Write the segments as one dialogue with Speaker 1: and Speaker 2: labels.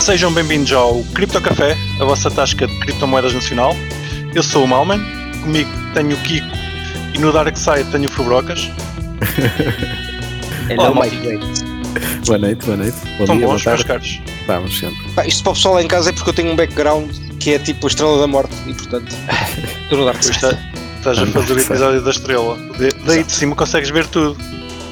Speaker 1: Sejam bem-vindos ao Cripto Café, a vossa tasca de criptomoedas nacional. Eu sou o Malman, comigo tenho o Kiko e no Dark Side tenho o Fubrocas.
Speaker 2: É
Speaker 1: Olá,
Speaker 2: não,
Speaker 1: malta.
Speaker 2: Mike, Gates.
Speaker 3: Boa noite, boa noite. Bom
Speaker 1: Estão
Speaker 3: dia, boa
Speaker 1: bons, meus
Speaker 3: tarde.
Speaker 1: caros.
Speaker 3: Vamos sempre.
Speaker 2: Pá, isto para o pessoal lá em casa é porque eu tenho um background que é tipo a estrela da morte e portanto. Estou no Dark
Speaker 1: Tu
Speaker 2: Side.
Speaker 1: está- tá. Estás a fazer o episódio da estrela. De- Daí de cima consegues ver tudo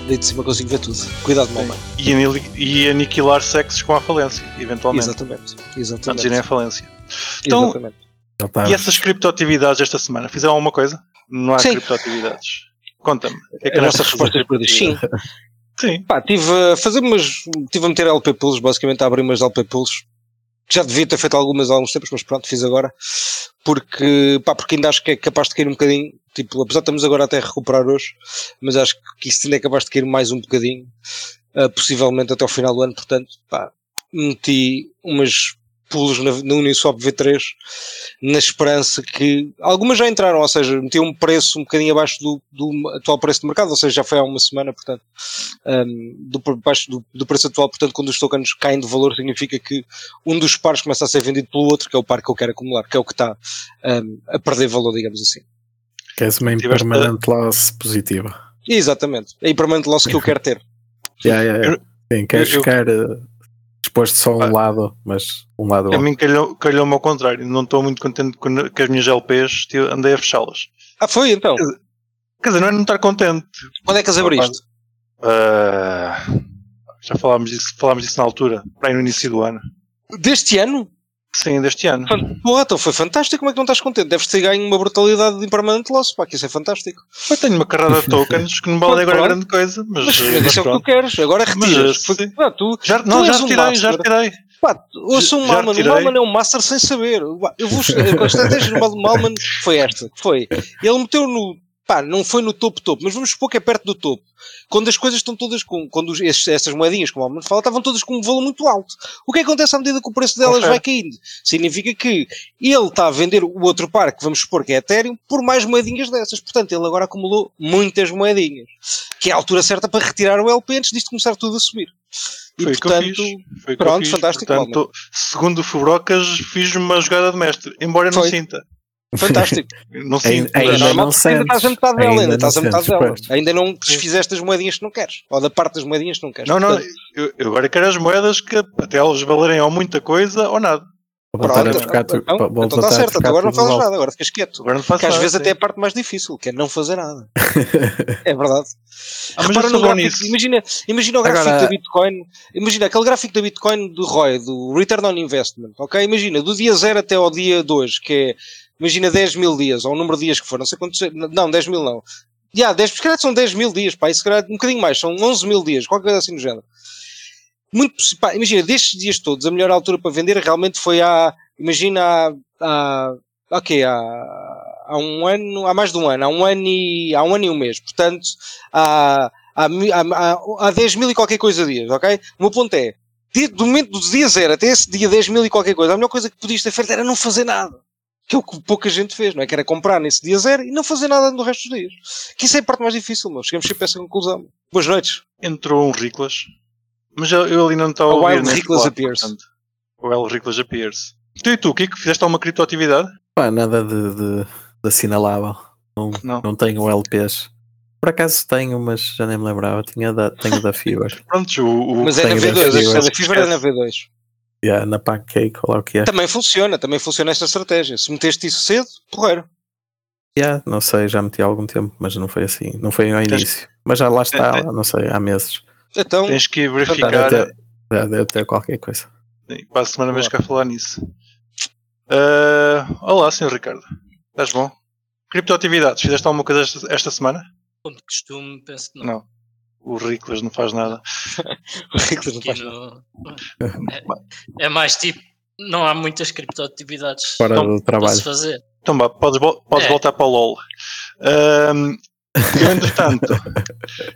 Speaker 2: Daí de cima consigo ver tudo. Cuidado, meu mano.
Speaker 1: e, anili- e aniquilar sexos com a falência, eventualmente.
Speaker 2: Exatamente.
Speaker 1: Antes de irem à
Speaker 2: Exatamente.
Speaker 1: falência. Então-
Speaker 2: Exatamente.
Speaker 3: Já tá- está.
Speaker 1: E essas criptoatividades esta semana? Fizeram alguma coisa? Não há
Speaker 2: Sim.
Speaker 1: criptoatividades. Conta-me. o que é que
Speaker 2: A
Speaker 1: andaste
Speaker 2: nossa
Speaker 1: a fazer?
Speaker 2: resposta é por sim.
Speaker 1: Sim.
Speaker 2: Pá, tive a fazer umas. Tive a meter LP pools, basicamente a abrir umas LP pools. que Já devia ter feito algumas há alguns tempos, mas pronto, fiz agora. Porque, pá, porque ainda acho que é capaz de cair um bocadinho. Tipo, apesar de estamos agora até a recuperar hoje, mas acho que isso ainda é capaz de cair mais um bocadinho. ah, possivelmente até ao final do ano, portanto, pá, meti umas pulos na, na Uniswap V3 na esperança que algumas já entraram, ou seja, meti um preço um bocadinho abaixo do, do atual preço de mercado, ou seja, já foi há uma semana, portanto um, do, por baixo do, do preço atual, portanto, quando os tokens caem de valor, significa que um dos pares começa a ser vendido pelo outro, que é o par que eu quero acumular, que é o que está um, a perder valor, digamos assim.
Speaker 3: Queres é uma
Speaker 1: Tiveste-
Speaker 3: impermanente loss positiva.
Speaker 2: Exatamente. É a permanente loss que eu quero ter.
Speaker 3: Já, já, já.
Speaker 1: Eu-
Speaker 3: Sim, queres
Speaker 1: eu- eu-
Speaker 3: ficar eh, exposto só a um lado, mas um lado
Speaker 1: A
Speaker 3: bom.
Speaker 1: mim calhou- calhou-me ao contrário. Não estou muito contente com, com as minhas LPs. tive- Andei a fechá-las.
Speaker 2: Ah, foi então.
Speaker 1: Quer dizer, não é não estar contente.
Speaker 2: Quando é que as abriste?
Speaker 1: Ah, já falámos disso, falámos disso na altura, para aí no início do ano.
Speaker 2: Deste ano?
Speaker 1: Sim, deste ano.
Speaker 2: Porra, então foi fantástico. Como é que não estás contente? Deves ter ganho uma brutalidade de impermanente loss. Pá, que isso é fantástico.
Speaker 1: Eu tenho uma carrada de tokens que não vale agora
Speaker 2: Pronto.
Speaker 1: grande coisa, mas,
Speaker 2: Mas,
Speaker 1: eh,
Speaker 2: mas
Speaker 1: mas
Speaker 2: isso é o que
Speaker 1: pronto.
Speaker 2: tu queres. Agora
Speaker 1: Mas,
Speaker 2: retiras. Foi-
Speaker 1: sim.
Speaker 2: Pá, tu,
Speaker 1: Já,
Speaker 2: tu
Speaker 1: não, já
Speaker 2: és um
Speaker 1: retirei, já
Speaker 2: master.
Speaker 1: retirei.
Speaker 2: Pá, ouça um
Speaker 1: Já
Speaker 2: Malman. O
Speaker 1: retirei.
Speaker 2: Malman é um master sem saber. Uá, Eu eh, vou, a estratégia do Malman foi esta. que Foi. Ele meteu no. Pá, não foi no topo, topo, mas vamos supor que é perto do topo. Quando as coisas estão todas com. Quando os- estes- estas moedinhas, como o Malman fala, estavam todas com um valor muito alto. O que acontece à medida que o preço delas
Speaker 1: Ok.
Speaker 2: vai caindo? Significa que ele está a vender o outro par, que vamos supor que é Ethereum, por mais moedinhas dessas. Portanto, ele agora acumulou muitas moedinhas. Que é a altura certa para retirar o LP antes disto começar tudo a subir. E
Speaker 1: Foi o que eu
Speaker 2: portanto.
Speaker 1: fiz. Foi o que
Speaker 2: pronto,
Speaker 1: eu fiz.
Speaker 2: fantástico,
Speaker 1: Portanto, segundo o Fubrocas, fiz uma jogada de mestre, embora eu não
Speaker 2: Foi.
Speaker 1: sinta.
Speaker 2: Fantástico.
Speaker 1: Não
Speaker 3: Ainda-
Speaker 1: sinto, mas-
Speaker 3: ainda
Speaker 2: É normal,
Speaker 3: não
Speaker 2: porque ainda
Speaker 3: sentes.
Speaker 2: estás a metade dela, ainda,
Speaker 3: Ainda não
Speaker 2: estás a metade
Speaker 3: sentes,
Speaker 2: dela.
Speaker 3: pois.
Speaker 2: Ainda não desfizeste as moedinhas que não queres, ou da parte das moedinhas que não queres.
Speaker 1: Não, não,
Speaker 2: Portanto,
Speaker 1: eu, eu agora quero as moedas que até elas valerem ou muita coisa ou nada.
Speaker 3: Vou voltar a
Speaker 2: pronto,
Speaker 3: trocar tu-
Speaker 2: então,
Speaker 3: vou
Speaker 2: então
Speaker 1: tá
Speaker 3: voltar
Speaker 2: está
Speaker 3: a
Speaker 2: certo,
Speaker 3: trocar
Speaker 2: agora não
Speaker 3: tudo
Speaker 2: fazes
Speaker 3: de volta.
Speaker 2: nada, agora ficas quieto.
Speaker 1: Agora não faço
Speaker 2: Porque às
Speaker 1: nada,
Speaker 2: vezes
Speaker 1: sim.
Speaker 2: até é a parte mais difícil, que é não fazer nada. é verdade.
Speaker 1: Ah, mas
Speaker 2: Repara
Speaker 1: isso
Speaker 2: no
Speaker 1: é bom
Speaker 2: gráfico,
Speaker 1: nisso.
Speaker 2: imagina, imagina o gráfico
Speaker 3: Agora-
Speaker 2: da Bitcoin, imagina aquele gráfico da Bitcoin do ROI, do Return on Investment, ok? Imagina, do dia 0 até ao dia 2, que é, imagina 10 mil dias, ou o número de dias que for, não sei quantos, não, 10 mil não. Já, 10, se calhar são 10 mil dias, pá, isso se calhar um bocadinho mais, são 11 mil dias, qualquer coisa assim no género. Muito, possi- pá, imagina, destes dias todos, a melhor altura para vender realmente foi há, imagina, há, há, ok, há, há um ano, há mais de um ano, há um ano e, há um ano e um mês, portanto, há, há, mi- há, há, há 10 mil e qualquer coisa dias, ok? O meu ponto é, de- do momento do dia zero até esse dia 10 mil e qualquer coisa, a melhor coisa que podias ter feito era não fazer nada. Que é o que pouca gente fez, não é? Que era comprar nesse dia zero e não fazer nada no resto dos dias. Que isso é a parte mais difícil, meu. Chegamos sempre a essa conclusão. Boas noites.
Speaker 1: Entrou um Riclas, mas eu, eu ali não estava a
Speaker 2: A
Speaker 1: ouvir.
Speaker 2: wild
Speaker 1: nem
Speaker 2: Riclas
Speaker 1: falar,
Speaker 2: appears.
Speaker 1: portanto. O Wild Riclas appears. Tu e tu, Kiko, fizeste alguma criptoatividade?
Speaker 3: Pá, nada de, de, de assinalável. Não,
Speaker 1: Não.
Speaker 3: não. tenho LPs. Por acaso tenho, mas já nem me lembrava. Tinha da, tenho da Fever.
Speaker 1: Pronto, o, o
Speaker 2: Mas é na
Speaker 3: tem
Speaker 2: V2,
Speaker 3: desse
Speaker 2: a
Speaker 3: nível.
Speaker 2: da FIFRA é na V2.
Speaker 3: Yeah, na Pancake, ou lá o que é.
Speaker 2: Também funciona, também funciona esta estratégia. Se meteste isso cedo, porreiro.
Speaker 3: Yeah, não sei, já meti há algum tempo, mas não foi assim. Não foi ao
Speaker 1: Tens- É,
Speaker 3: início. Mas já lá está,
Speaker 1: Tens-
Speaker 3: não sei, há meses.
Speaker 2: Então,
Speaker 1: tens que ir
Speaker 3: Já
Speaker 1: verificar.
Speaker 3: deve ter- já deve ter qualquer coisa.
Speaker 1: Sim, Para a semana vamos cá falar nisso. Ah, olá, Sr. Ricardo. Estás bom? Criptoatividades, fizeste alguma coisa esta, esta semana?
Speaker 4: Como de costume, penso que não.
Speaker 1: Não. O Riclas não faz nada.
Speaker 2: Riclas não
Speaker 4: Aqui
Speaker 2: faz nada.
Speaker 4: no- É, é mais tipo, não há muitas criptoatividades
Speaker 3: Fora
Speaker 2: Então,
Speaker 1: Não,
Speaker 3: do
Speaker 4: para
Speaker 3: trabalho.
Speaker 4: se fazer.
Speaker 1: Então vá, podes, vol- podes
Speaker 4: É.
Speaker 1: voltar para o LOL. Ahm, eu, entretanto,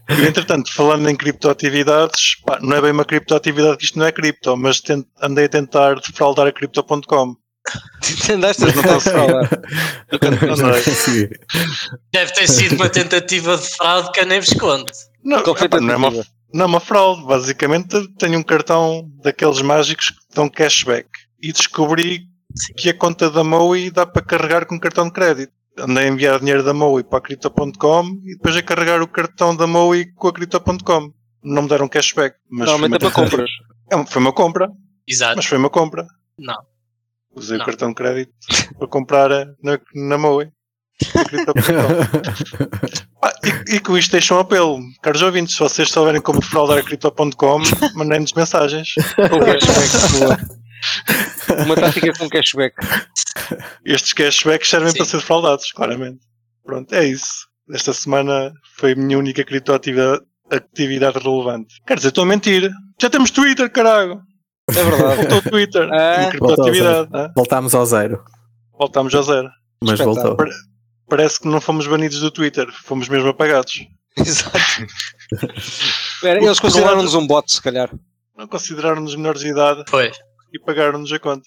Speaker 1: eu, entretanto, falando em criptoatividades, pá, não é bem uma criptoatividade que isto não é cripto, mas tent- andei a tentar defraudar a Crypto.com.
Speaker 2: Andaste a
Speaker 1: Mas não
Speaker 2: tentar
Speaker 1: consegui.
Speaker 2: falar.
Speaker 3: Mas não consegui.
Speaker 4: Deve ter sido uma tentativa de fraude que eu nem vos conto.
Speaker 1: Não,
Speaker 2: Qual Então foi a
Speaker 1: epá, não é uma,
Speaker 2: tentativa?
Speaker 1: Não, uma fraude. Basicamente, tenho um cartão daqueles mágicos que dão cashback. E descobri que a conta da MOI dá para carregar com cartão de crédito. Andei a enviar dinheiro da MOI para a Crypto.com e depois a carregar o cartão da MOI com a Crypto.com. Não me deram cashback. Mas foi
Speaker 2: Normalmente
Speaker 1: uma,
Speaker 2: é para compras.
Speaker 1: é um- foi uma compra,
Speaker 4: Exato.
Speaker 1: mas foi uma compra.
Speaker 4: Não.
Speaker 1: Usei
Speaker 4: Não.
Speaker 1: o cartão de crédito para comprar eh, na, na MOI. na Crypto.com.
Speaker 2: Então,
Speaker 1: Ah, e, e com isto deixo um apelo. Caros ouvintes, se vocês souberem como defraudar a Crypto.com, mandem-nos mensagens.
Speaker 2: Com
Speaker 1: é
Speaker 2: cashback. boa. Uma tática com cashback.
Speaker 1: Estes cashbacks servem
Speaker 4: Sim.
Speaker 1: para ser defraudados, claramente. Pronto, é isso. Esta semana foi a minha única criptoatividade atividade relevante. Quer dizer, estou a mentir. Já temos Twitter, caralho.
Speaker 2: É verdade.
Speaker 1: Voltou o Twitter.
Speaker 2: Ah.
Speaker 1: E criptoatividade. né?
Speaker 3: Voltámos ao zero,
Speaker 1: Voltámos a zero.
Speaker 3: mas
Speaker 2: Espetáculo.
Speaker 3: voltou.
Speaker 1: Parece que não fomos banidos do Twitter. Fomos mesmo apagados.
Speaker 2: Exato. Espera, Eles consideraram-nos um bot, se calhar.
Speaker 1: Não consideraram-nos menores de idade
Speaker 4: Foi.
Speaker 1: e pagaram-nos a conta.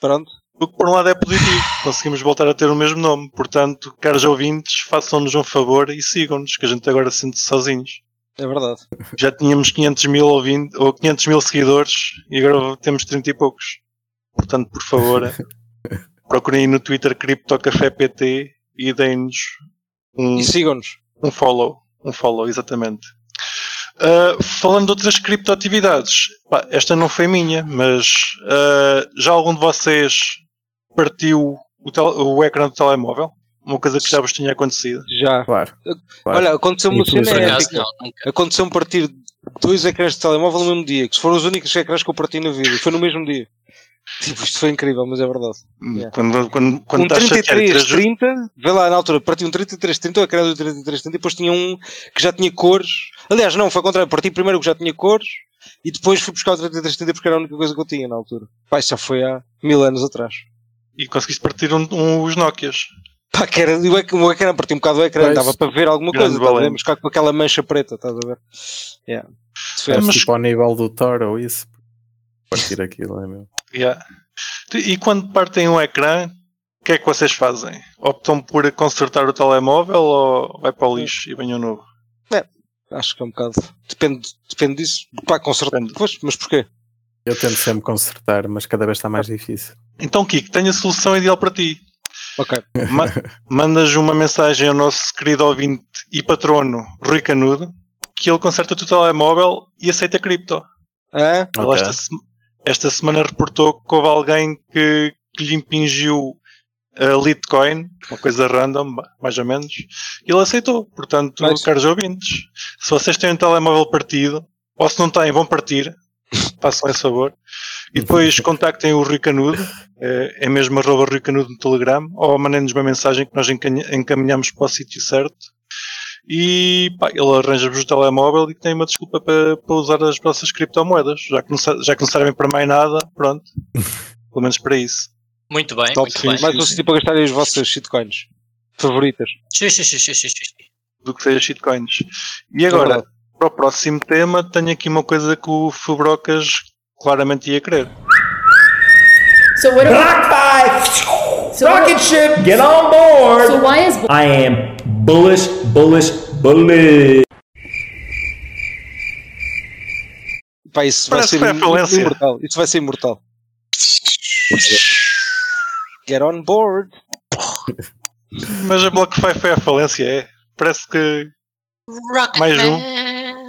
Speaker 2: Pronto.
Speaker 1: O que por um lado é positivo, conseguimos voltar a ter o mesmo nome. Portanto, caros ouvintes, façam-nos um favor e sigam-nos, que a gente agora sente-se sozinhos.
Speaker 2: É verdade.
Speaker 1: Já tínhamos 500 mil, ouvintes, ou 500 mil seguidores e agora temos 30 e poucos. Portanto, por favor, procurem aí no Twitter CryptoCafépt e deem-nos um,
Speaker 2: E sigam-nos.
Speaker 1: um follow. Um follow, exatamente. Uh, falando de outras criptoatividades, pá, esta não foi minha, mas uh, já algum de vocês partiu o, tel- o ecrã do telemóvel? Uma coisa que já vos tinha acontecido?
Speaker 2: Já.
Speaker 3: Claro.
Speaker 2: Olha, aconteceu uma
Speaker 3: Inclusive.
Speaker 2: cena
Speaker 4: Por
Speaker 3: É,
Speaker 4: acaso,
Speaker 2: épica.
Speaker 4: não. Nunca.
Speaker 2: Aconteceu-me partir dois ecrãs de telemóvel no mesmo dia, que foram os únicos ecrãs que eu parti na vida. e Foi no mesmo dia. Tipo, isto foi incrível, mas é verdade. Yeah.
Speaker 1: Quando, quando, quando
Speaker 2: um
Speaker 1: estás chateado, e queres ju-
Speaker 2: 3330, vê lá na altura, parti um 3330, ou ecrã do 3330, e depois tinha um que já tinha cores. Aliás, não, foi ao contrário, parti primeiro o que já tinha cores, e depois fui buscar o 3330 porque era a única coisa que eu tinha na altura. Pá, isso já foi há mil anos atrás.
Speaker 1: e conseguiste partir um, um- os Nokias.
Speaker 2: Pá, que era, o ec- o ecrã, parti um bocado do ecrã,
Speaker 3: Pois.
Speaker 2: dava para ver alguma
Speaker 1: Grande
Speaker 2: coisa, estás a ver?
Speaker 1: valente.
Speaker 2: Mas cá com aquela mancha preta, estás a ver? Yeah. Isso foi
Speaker 3: Mas...
Speaker 1: Mas-
Speaker 3: Tipo ao nível do Thor ou isso. Partir aquilo, é meu.
Speaker 1: Yeah. Tu- E quando partem um ecrã, o que é que vocês fazem? Optam por consertar o telemóvel ou vai para o lixo e banho novo?
Speaker 2: Acho que é um bocado. Depende, depende disso. Pá, conserto.
Speaker 1: Depende.
Speaker 2: Pois, mas porquê?
Speaker 3: Eu tento sempre consertar, mas cada vez está mais difícil.
Speaker 1: Então, Kiko, tenho a solução ideal para ti.
Speaker 2: Ok.
Speaker 1: Ma- mandas uma mensagem ao nosso querido ouvinte e patrono Rui Canudo que ele conserta o teu telemóvel e aceita cripto.
Speaker 2: Hã?
Speaker 1: Ele esta, se- esta semana reportou que houve alguém que, que lhe impingiu a Litecoin, uma coisa random, ba- mais ou menos, e ele aceitou. Portanto,
Speaker 2: Nice.
Speaker 1: caros ouvintes, se vocês têm um telemóvel partido, ou se não têm, vão partir, façam esse favor, e depois contactem o Rui Canudo, eh, é mesmo arroba Rui Canudo no Telegram, ou mandem-nos uma mensagem que nós encan- encaminhamos para o sítio certo, e pá, ele arranja-vos o telemóvel e tem uma desculpa para, para usar as vossas criptomoedas, já que, não, sa- já que não servem para mais nada, pronto. Pelo menos para isso.
Speaker 4: Muito bem,
Speaker 1: Top
Speaker 4: muito
Speaker 1: sim.
Speaker 4: bem.
Speaker 1: Sim,
Speaker 2: Mais um
Speaker 1: sim.
Speaker 2: sítio para gastarem as vossas shitcoins favoritas.
Speaker 4: Xis, xis, xis, xis, xis, xis.
Speaker 1: Do que seja shitcoins. E
Speaker 2: É
Speaker 1: agora, para o próximo tema, tenho aqui uma coisa que o Fubrocas claramente ia querer.
Speaker 5: So what?
Speaker 6: Block five.
Speaker 5: So
Speaker 6: Rocket
Speaker 5: what-
Speaker 6: ship, get on board.
Speaker 5: So why is
Speaker 6: I am bullish, bullish, bullish.
Speaker 2: Pá, isso vai
Speaker 1: Parece
Speaker 2: ser
Speaker 1: que foi a falência.
Speaker 2: imortal. Isso vai ser imortal. Get on board.
Speaker 1: Mas a BlockFi foi a falência, é. Parece que. Mais um.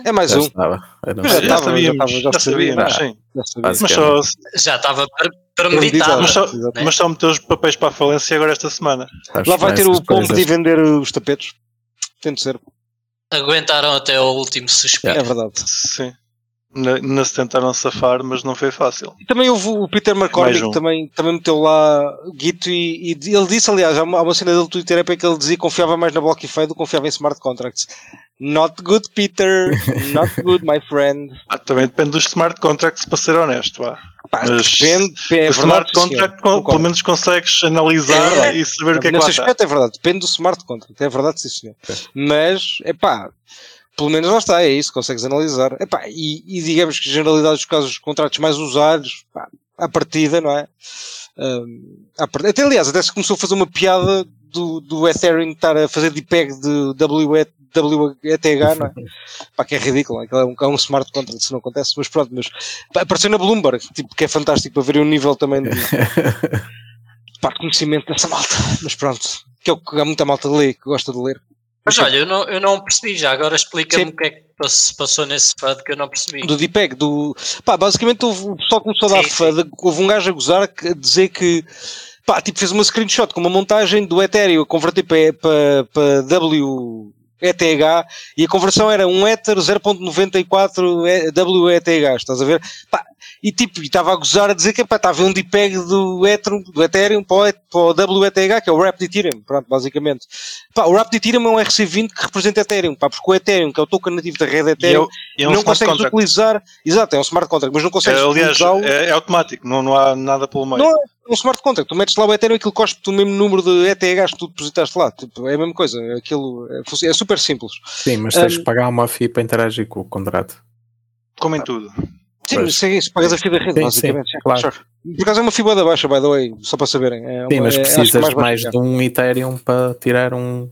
Speaker 2: É mais
Speaker 3: Já
Speaker 2: um.
Speaker 3: estava. Era um-
Speaker 1: Mas já,
Speaker 2: Já estava,
Speaker 1: sabíamos,
Speaker 2: já
Speaker 1: já,
Speaker 2: estava, já
Speaker 1: sabíamos, Ah, sim.
Speaker 2: Já sabia.
Speaker 3: Mas-
Speaker 1: Mas só,
Speaker 4: Já estava pre-
Speaker 2: Premeditado.
Speaker 4: premeditado.
Speaker 1: mas só,
Speaker 2: Exato.
Speaker 1: mas só meteu os papéis para a falência agora esta semana.
Speaker 3: sabes,
Speaker 2: Lá vai ter o
Speaker 3: é essas
Speaker 2: pombo de
Speaker 3: coisas.
Speaker 2: vender os tapetes. Tem de ser.
Speaker 4: Aguentaram até o último suspiro.
Speaker 2: É verdade.
Speaker 1: Sim. Na, na se tentaram safar, mas não foi fácil.
Speaker 2: E também houve o Peter
Speaker 1: Mais
Speaker 2: McCormick
Speaker 1: um.
Speaker 2: que também, também meteu lá Guito e, e ele disse, aliás, há uma, há uma cena dele no Twitter é para que ele dizia que confiava mais na Blockify do que confiava em smart contracts. Not good, Peter. Not good, my friend.
Speaker 1: Ah, também depende dos smart contracts, para ser honesto. Vá.
Speaker 2: Pá,
Speaker 1: Mas
Speaker 2: depende. É
Speaker 1: o smart
Speaker 2: verdade, senhor.
Speaker 1: contract, con-
Speaker 2: Concordo.
Speaker 1: pelo menos consegues analisar
Speaker 2: É.
Speaker 1: e saber o que é que lá
Speaker 2: Nesse
Speaker 1: está.
Speaker 2: aspecto é verdade, depende do smart contract, é verdade, sim senhor. Mas, é pá, pelo menos lá está, é isso, consegues analisar. Epá, e, e digamos que generalidade dos casos, os contratos mais usados, Hum, pá, à partida, não é? Ahm, à partida. Até aliás, até se começou a fazer uma piada do, do Ethereum estar a fazer DPEG de WE WETH, não é? Pá, que é ridículo, aquilo é um, é um smart contract, se não acontece, mas pronto, mas pá, apareceu na Bloomberg, tipo, que é fantástico para ver o nível também de, pá, de conhecimento dessa malta, mas pronto, que é o que há muita malta lê, que gosta de ler.
Speaker 4: Mas olha, eu não, eu não percebi já. Agora explica-me
Speaker 2: Sim.
Speaker 4: o que é que pass- passou nesse FUD que eu não percebi.
Speaker 2: Do DPEG, do. Pá, basicamente houve, o pessoal começou a dar
Speaker 4: Sim, sim.
Speaker 2: fada. Houve um gajo a gozar que- a dizer que. Pá, tipo, fez uma screenshot com uma montagem do Ethereum a converter para, para, para WETH e a conversão era um Ether 0.94 E- WETH, estás a ver? Pá, e tipo, e estava a gozar a dizer que pá, estava a ver um DPEG do Ethereum, do Ethereum para, o, E- para o WETH, que é o Rapid Ethereum, pronto, basicamente. Pá, o Rapid Ethereum é um RC20 que representa Ethereum, pá, porque o Ethereum, que é o token nativo da
Speaker 1: E
Speaker 2: rede
Speaker 1: é,
Speaker 2: Ethereum,
Speaker 1: o- e é um
Speaker 2: não
Speaker 1: smart
Speaker 2: consegues
Speaker 1: contract.
Speaker 2: utilizar. Exato, é um smart contract, mas não
Speaker 1: É,
Speaker 2: consegues
Speaker 1: aliás,
Speaker 2: utilizá-lo.
Speaker 1: é,
Speaker 2: É...
Speaker 1: é automático, não, não há nada pelo meio.
Speaker 2: Não um smart contract. Tu metes lá o Ethereum e aquilo cospe-te o mesmo número de ETHs que tu depositaste lá. Tipo, é a mesma coisa. Aquilo é, func- é super simples.
Speaker 3: Sim, mas tens que pagar uma FII para interagir com o contrato.
Speaker 1: Como em tudo.
Speaker 2: Sim,
Speaker 3: Pois.
Speaker 2: mas sim, isso pagas a fibra da rede,
Speaker 3: Sim,
Speaker 2: basicamente.
Speaker 3: sim, claro.
Speaker 2: Sure. Por acaso é uma fibra da baixa, by the way, só para saberem. É
Speaker 3: Sim,
Speaker 2: uma-
Speaker 3: mas
Speaker 2: é- acho que é
Speaker 3: precisas
Speaker 2: baixa
Speaker 3: mais
Speaker 2: que
Speaker 3: de um Ethereum para tirar um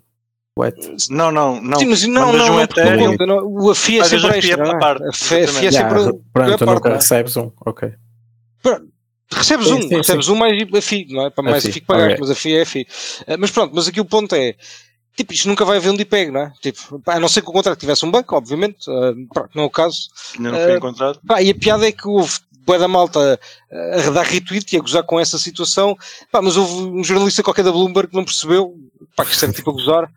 Speaker 3: wet.
Speaker 1: Não, não, não.
Speaker 2: Sim, mas não,
Speaker 1: Mandas
Speaker 2: não,
Speaker 1: um
Speaker 2: não, porque
Speaker 1: Ethereum,
Speaker 2: conta, não, o- a FIA é
Speaker 1: pagas a
Speaker 2: sempre
Speaker 1: FIA
Speaker 2: extra,
Speaker 1: à
Speaker 2: não
Speaker 1: parte,
Speaker 2: é? A FIA é
Speaker 1: exatamente.
Speaker 2: sempre...
Speaker 3: Ah, pronto, tu
Speaker 2: parte,
Speaker 3: nunca
Speaker 2: não é?
Speaker 3: recebes um. Ok.
Speaker 2: Recebes
Speaker 3: Sim,
Speaker 2: um,
Speaker 3: sim,
Speaker 2: recebes um mais a FI, não é? Para
Speaker 3: A
Speaker 2: mais
Speaker 3: FII,
Speaker 2: FI que pagaste,
Speaker 3: ok.
Speaker 2: mas a FI é a FI. Eh, Mas pronto, mas aqui o ponto é, tipo, isto nunca vai haver um DPEG, não é? Tipo, pá, a não ser que o contrato tivesse um banco, obviamente, eh, pronto, não é o caso.
Speaker 1: Ainda não foi
Speaker 2: Eh,
Speaker 1: encontrado.
Speaker 2: Pá, e a piada é que houve bué da malta eh, a dar retweet e a gozar com essa situação, pá, mas houve um jornalista qualquer da Bloomberg que não percebeu, pá, que isto era tipo a gozar.